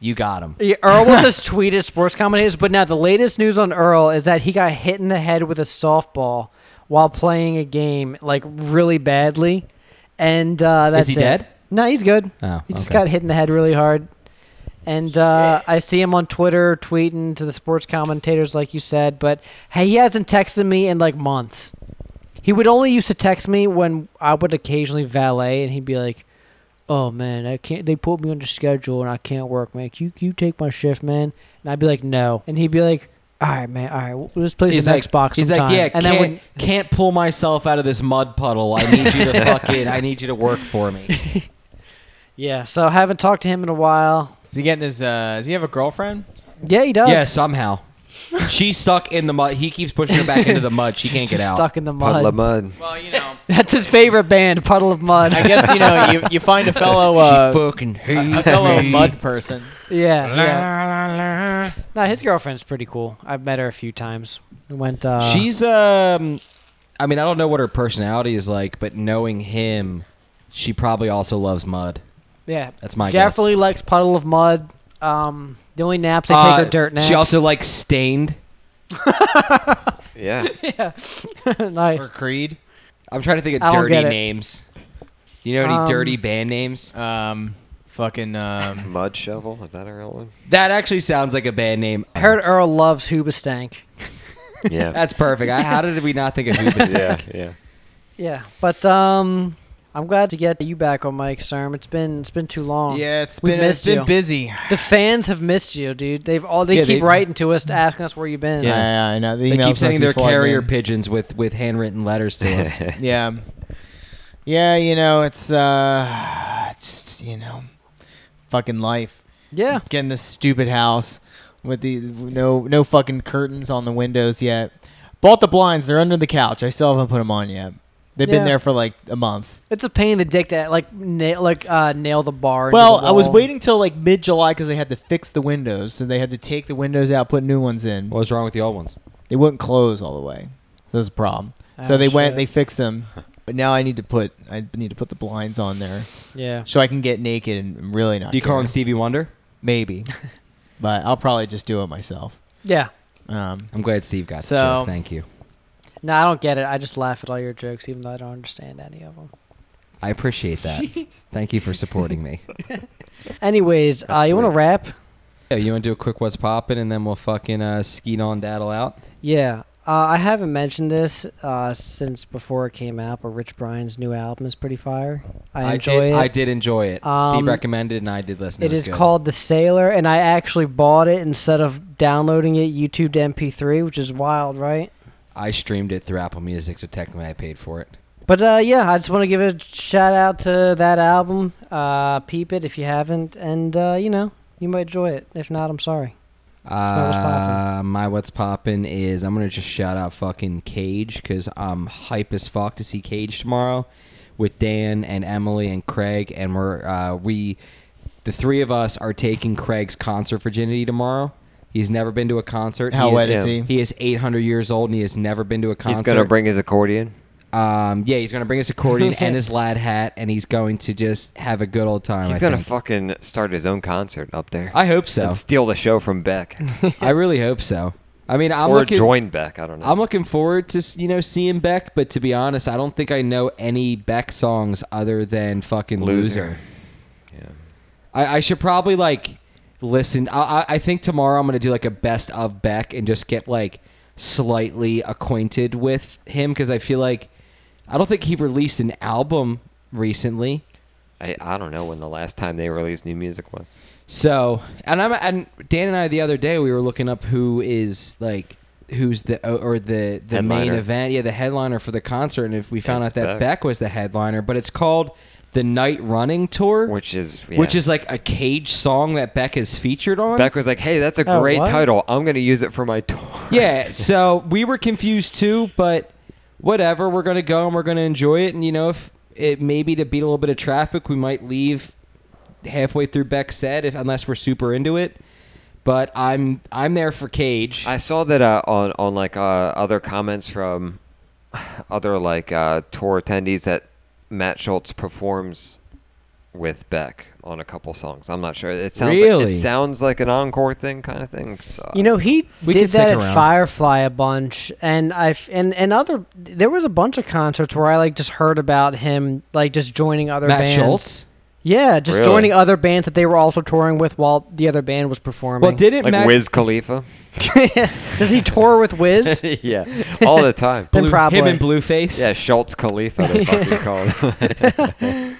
"You got him."
Yeah, Earl was his tweet at sports commentators, but now the latest news on Earl is that he got hit in the head with a softball while playing a game, like really badly. And uh, that's
he
it.
dead?
No, he's good.
Oh,
he just
okay.
got hit in the head really hard. And uh, I see him on Twitter tweeting to the sports commentators, like you said. But hey, he hasn't texted me in like months. He would only used to text me when I would occasionally valet, and he'd be like, "Oh man, I can't. They put me on the schedule, and I can't work, man. Can you can you take my shift, man?" And I'd be like, "No," and he'd be like, "All right, man. All right, we'll- let's play
He's
some
like,
Xbox
he's
sometime."
like, yeah,
and
can't,
then when,
can't pull myself out of this mud puddle. I need you
(laughs)
to fucking, I need you to work for me.
yeah. So I haven't talked to him in a while.
Is he getting his? Uh, does he have a girlfriend?
Yeah, he does.
Yeah, somehow. She's stuck in the mud. He keeps pushing her back into the mud. She can't get
Just
out.
Stuck in the
Puddle of
mud.
(laughs)
mud.
Well, you know,
(laughs) That's his favorite band, Puddle of Mud.
I guess you know you, you find a fellow uh,
(laughs) she fucking hates
a fellow
me.
mud person.
(laughs) yeah. yeah. No, his girlfriend's pretty cool. I've met her a few times. We Went. Uh,
She's um, I mean, I don't know what her personality is like, but knowing him, she probably also loves mud.
yeah.
That's my
Definitely likes Puddle of Mud. Um, the only naps
guess.
I take
Uh,
are dirt naps.
She also likes stained.
Yeah.
(laughs) nice.
Or Creed.
I'm trying to think of
I don't
dirty
get it.
names. You know any
Um,
dirty band names?
Um, fucking. Um,
Mud shovel. Is that a real one?
That actually sounds like a band name.
I heard Earl loves Hoobastank.
(laughs) Yeah.
That's perfect. I, how did we not think of Hoobastank? (laughs)
yeah. Yeah.
(laughs) Yeah, but um, I'm glad to get you back on Mike Serm. It's been it's been too long.
yeah, it's
We
been it's
missed
been
you.
busy.
The fans have missed you, dude. They've all they
Yeah,
keep
they-
writing to us to asking us where you've been.
Yeah.
I, I know. The
They
emails
keep
must
sending
be
their
flooding
carrier
in.
pigeons with, with handwritten letters to
(laughs)
us.
Yeah. Yeah, you know, it's uh just, you know, fucking life.
yeah.
Getting this stupid house with the no no fucking curtains on the windows yet. Bought the blinds, they're under the couch. I still haven't put them on yet. They've
Yeah.
been there for like a month.
It's a pain in the dick to like nail like uh, nail the bar. into
Well,
the
I was
wall.
waiting till like mid July because they had to fix the windows, so they had to take the windows out, put new ones in.
What was wrong with the old ones?
They wouldn't close all the way. That was a problem. so
Oh,
they went,
shit.
they fixed them, but now I need to put I need to put the blinds on there.
Yeah.
so I can get naked and really not.
Do you
care.
calling Stevie Wonder? (laughs)
Maybe, but I'll probably just do it myself.
Yeah.
Um,
I'm glad Steve got the
So-
joke. Thank you.
No, I don't get it. I just laugh at all your jokes, even though I don't understand any of them.
I
(laughs)
appreciate that. Thank you for supporting me.
Anyways, uh,
That's
you want to
sweet.
rap?
Yeah, you want to do a quick what's poppin', and then we'll fucking uh, skeet on daddle out.
Yeah. Uh, I haven't mentioned this uh, since before it came out, but Rich Brian's new album is pretty fire. I enjoy
did,
it.
I did enjoy it.
Um,
Steve recommended, and I did listen. It,
It
was
is
good.
called The Sailor, and I actually bought it instead of downloading it YouTube to MP3, which is wild, right?
I streamed it through Apple Music, so technically I paid for it.
But uh, yeah, I just want to give a shout out to that album. Uh, peep it if you haven't, and uh, you know you might enjoy it. If not, I'm sorry. not what's poppin'.
Uh, my what's poppin' is I'm gonna just shout out fucking Cage because I'm hype as fuck to see Cage tomorrow with Dan and Emily and Craig, and we're uh, we the three of us are taking Craig's concert virginity tomorrow. He's never been to a concert.
how
He
wet
is,
is
yeah.
he?
He is 800 years old and he has never been to a concert.
He's going to bring his accordion.
Um, yeah, he's gonna bring his accordion
(laughs)
and his lad hat, and he's going to just have a good old time. Oh,
He's
I
going to
think.
fucking start his own concert up there.
I hope so.
And steal the show
(laughs)
from Beck.
I really hope so. I mean, I'm
or
looking.
join Beck. I don't know.
I'm looking forward to s- you know seeing Beck, but to be honest, I don't think I know any Beck songs other than fucking Loser.
Loser. yeah.
I, I should probably like listen. I, I, I think tomorrow I'm gonna do like a best of Beck and just get like slightly acquainted with him because I feel like I don't think he released an album recently.
I, I don't know when the last time they released new music was.
So, and I'm and Dan and I the other day we were looking up who is like who's the or the the main
Headliner.
event, yeah, the headliner for the concert, and if we found
It's
out that
Beck.
Beck was the headliner, but it's called the Night Running Tour,
Which is-
which
yeah.
is like a Cage song that Beck is featured on.
Beck was like, "Hey, that's a
Oh,
great
what?
title. I'm going to use it for my tour."
yeah, so we were confused too, but whatever. We're gonna go and we're gonna enjoy it, and you know, if it maybe to beat a little bit of traffic, we might leave halfway through Beck's set, if unless we're super into it. But I'm I'm there for Cage.
I saw that uh, on on like uh, other comments from other like uh, tour attendees that Matt Schultz performs with Beck on a couple songs. I'm not sure. It sounds like,
Really?
it sounds like an encore thing kind of thing. So,
You know, he
We
did
could stick
that at
around.
Firefly a bunch, and I and and other. There was a bunch of concerts where I like just heard about him, like just joining other
Matt
bands.
Schultz.
Yeah, just
Really?
joining other bands that they were also touring with while the other band was performing. (laughs)
Well, didn't
like
Matt
Wiz Khalifa.
does he tour with
(laughs)
Wiz?
yeah, all the time.
Then
Blue-
probably.
him and Blueface?
Yeah, Schultz Khalifa.
(laughs)
They fucking call him.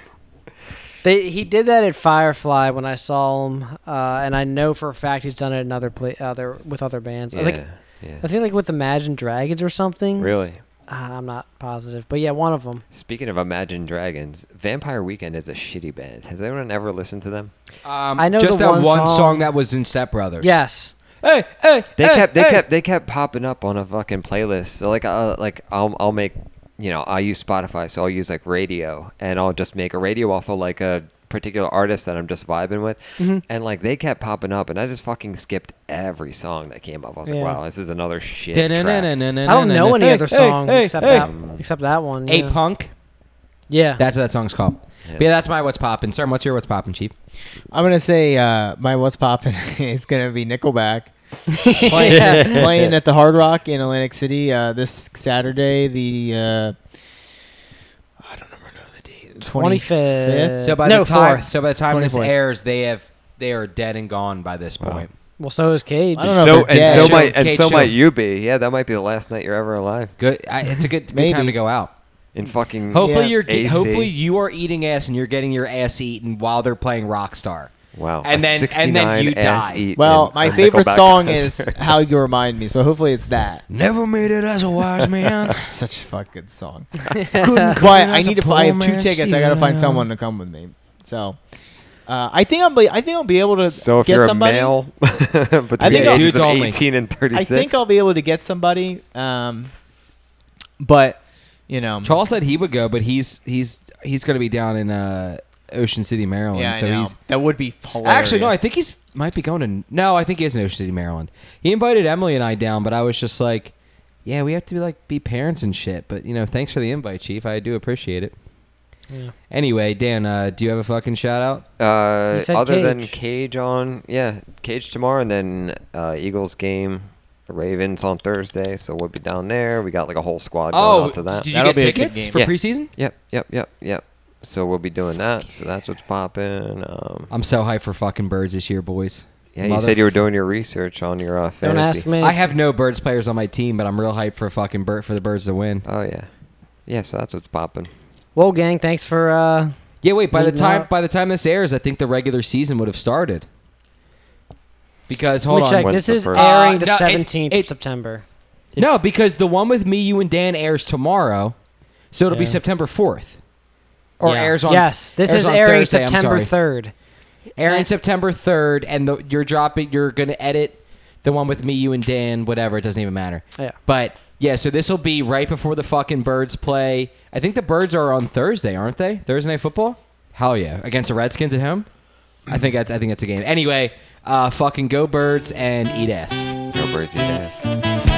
They, he did that at Firefly when I saw him, uh, and I know for a fact he's done it in other pla- other with other bands. (laughs) I think
(laughs) Yeah, yeah.
I think like with Imagine Dragons or something.
Really.
Uh, I'm not positive, but yeah, one of them.
Speaking of Imagine Dragons, Vampire Weekend is a shitty band. Has anyone ever listened to them?
Um,
I know
just
the
that
one
one, song.
song-
that was in Step Brothers.
Yes.
Hey, hey,
They
hey,
kept they
hey.
kept they kept popping up on a fucking playlist. So like uh, like I'll I'll make you know I use Spotify, so I'll use like radio, and I'll just make a radio off of like a particular artist that I'm just vibing with,
Mm-hmm.
and like they kept popping up, and I just fucking skipped every song that came up. I was
Yeah.
like, wow, this is another shit. track.
Da-na-na-na-na-na-na.
I don't know any
Hey,
other
hey,
song
hey,
except
hey.
that except that one.
Eight
Yeah.
Punk.
yeah. (laughs)
That's what that song's called. Yeah,
Yeah.
but yeah that's my what's poppin'. Sir, what's your what's poppin', Chief?
I'm gonna say uh, my what's poppin' (laughs) is gonna
(laughs)
be Nickelback playing,
Yeah. (laughs)
playing at the Hard Rock in Atlantic City uh, this Saturday. The uh, I don't remember the date.
25th.
So by
No,
the time
fourth.
so by the time this
24th.
airs, they have they are dead and gone by this
Wow.
point.
well, so is Cage.
I don't know.
So
if they're
and
dead.
so
Show-
might and
Kate,
so
show.
might you be. Yeah, that might be the last night you're ever alive
Good. I, it's a good, good
Maybe.
time to go out.
in fucking.
Hopefully
Yeah.
you're ge-
AC.
hopefully you are eating ass and you're getting your ass eaten while they're playing Rockstar.
Wow,
And
a E
then and then
69
you
ass
die.
eat
Well,
in
my
a
favorite
Nickelback (laughs)
song
concert.
is "How You Remind Me," so hopefully it's that.
Never made it as a (laughs) wise man.
Such a fucking song.
Couldn't
but
come in
I
as a
need to.
poor
I have two
man's
tickets. I gotta find
hero.
someone to come with me. So uh, I think I'll be. I think I'll be able to
So if
get
you're
somebody.
a male (laughs) between
I think
the
I'll-
ages
Dudes
of
only.
18 and 36,
I think I'll be able to get somebody. Um, but you know,
Charles said he would go, but he's he's he's going to be down in uh, Ocean City, Maryland.
yeah, I
so
know.
he's
that would be hilarious.
actually no. I think he's might be going to no. I think he is in Ocean City, Maryland. He invited Emily and I down, but I was just like, yeah, we have to like be parents and shit. But you know, thanks for the invite, Chief. I do appreciate it.
Yeah.
Anyway, Dan, uh, do you have a fucking shout out?
Uh,
You said
other than
Cage.
Cage on, yeah, Cage tomorrow, and then uh, Eagles game, Ravens on Thursday. So we'll be down there. We got like a whole squad
Oh,
going out to that.
Oh, did you
That'll
get
be a good
tickets
game.
for
Yeah.
preseason?
Yep, yep, yep, yep. So we'll be doing that. So that's what's popping. Um,
I'm so hyped for fucking birds this year, boys.
yeah, you said you were doing your research on your uh,
Don't
fantasy.
ask me.
I have no birds players on my team, but I'm real hyped for fucking bird for the birds to win.
Oh yeah, yeah. So that's what's popping.
Well, gang, thanks for. uh
Yeah, wait. By the
Leading
time
up.
by the time this airs, I think the regular season would have started. Because hold
Let me
on,
check.
When's
This
the
is
first?
airing
Uh,
the
no, it-
17th of
it-
September.
no, because the one with me, you, and Dan airs tomorrow, so it'll be
Yeah.
September fourth, or
Yeah.
airs on
Yes, this
airs
is
on
airing
Thursday, I'm
September
sorry.
third.
airing September third, and the, you're dropping. You're gonna edit the one with me, you, and Dan. Whatever, it doesn't even matter.
Yeah.
But yeah, so this will be right before the fucking birds play. I think the birds are on Thursday, aren't they? Thursday night football. Hell yeah, against the Redskins at home. I think that's I think that's a game. Anyway, uh, fucking go birds and eat ass.
No birds eat ass.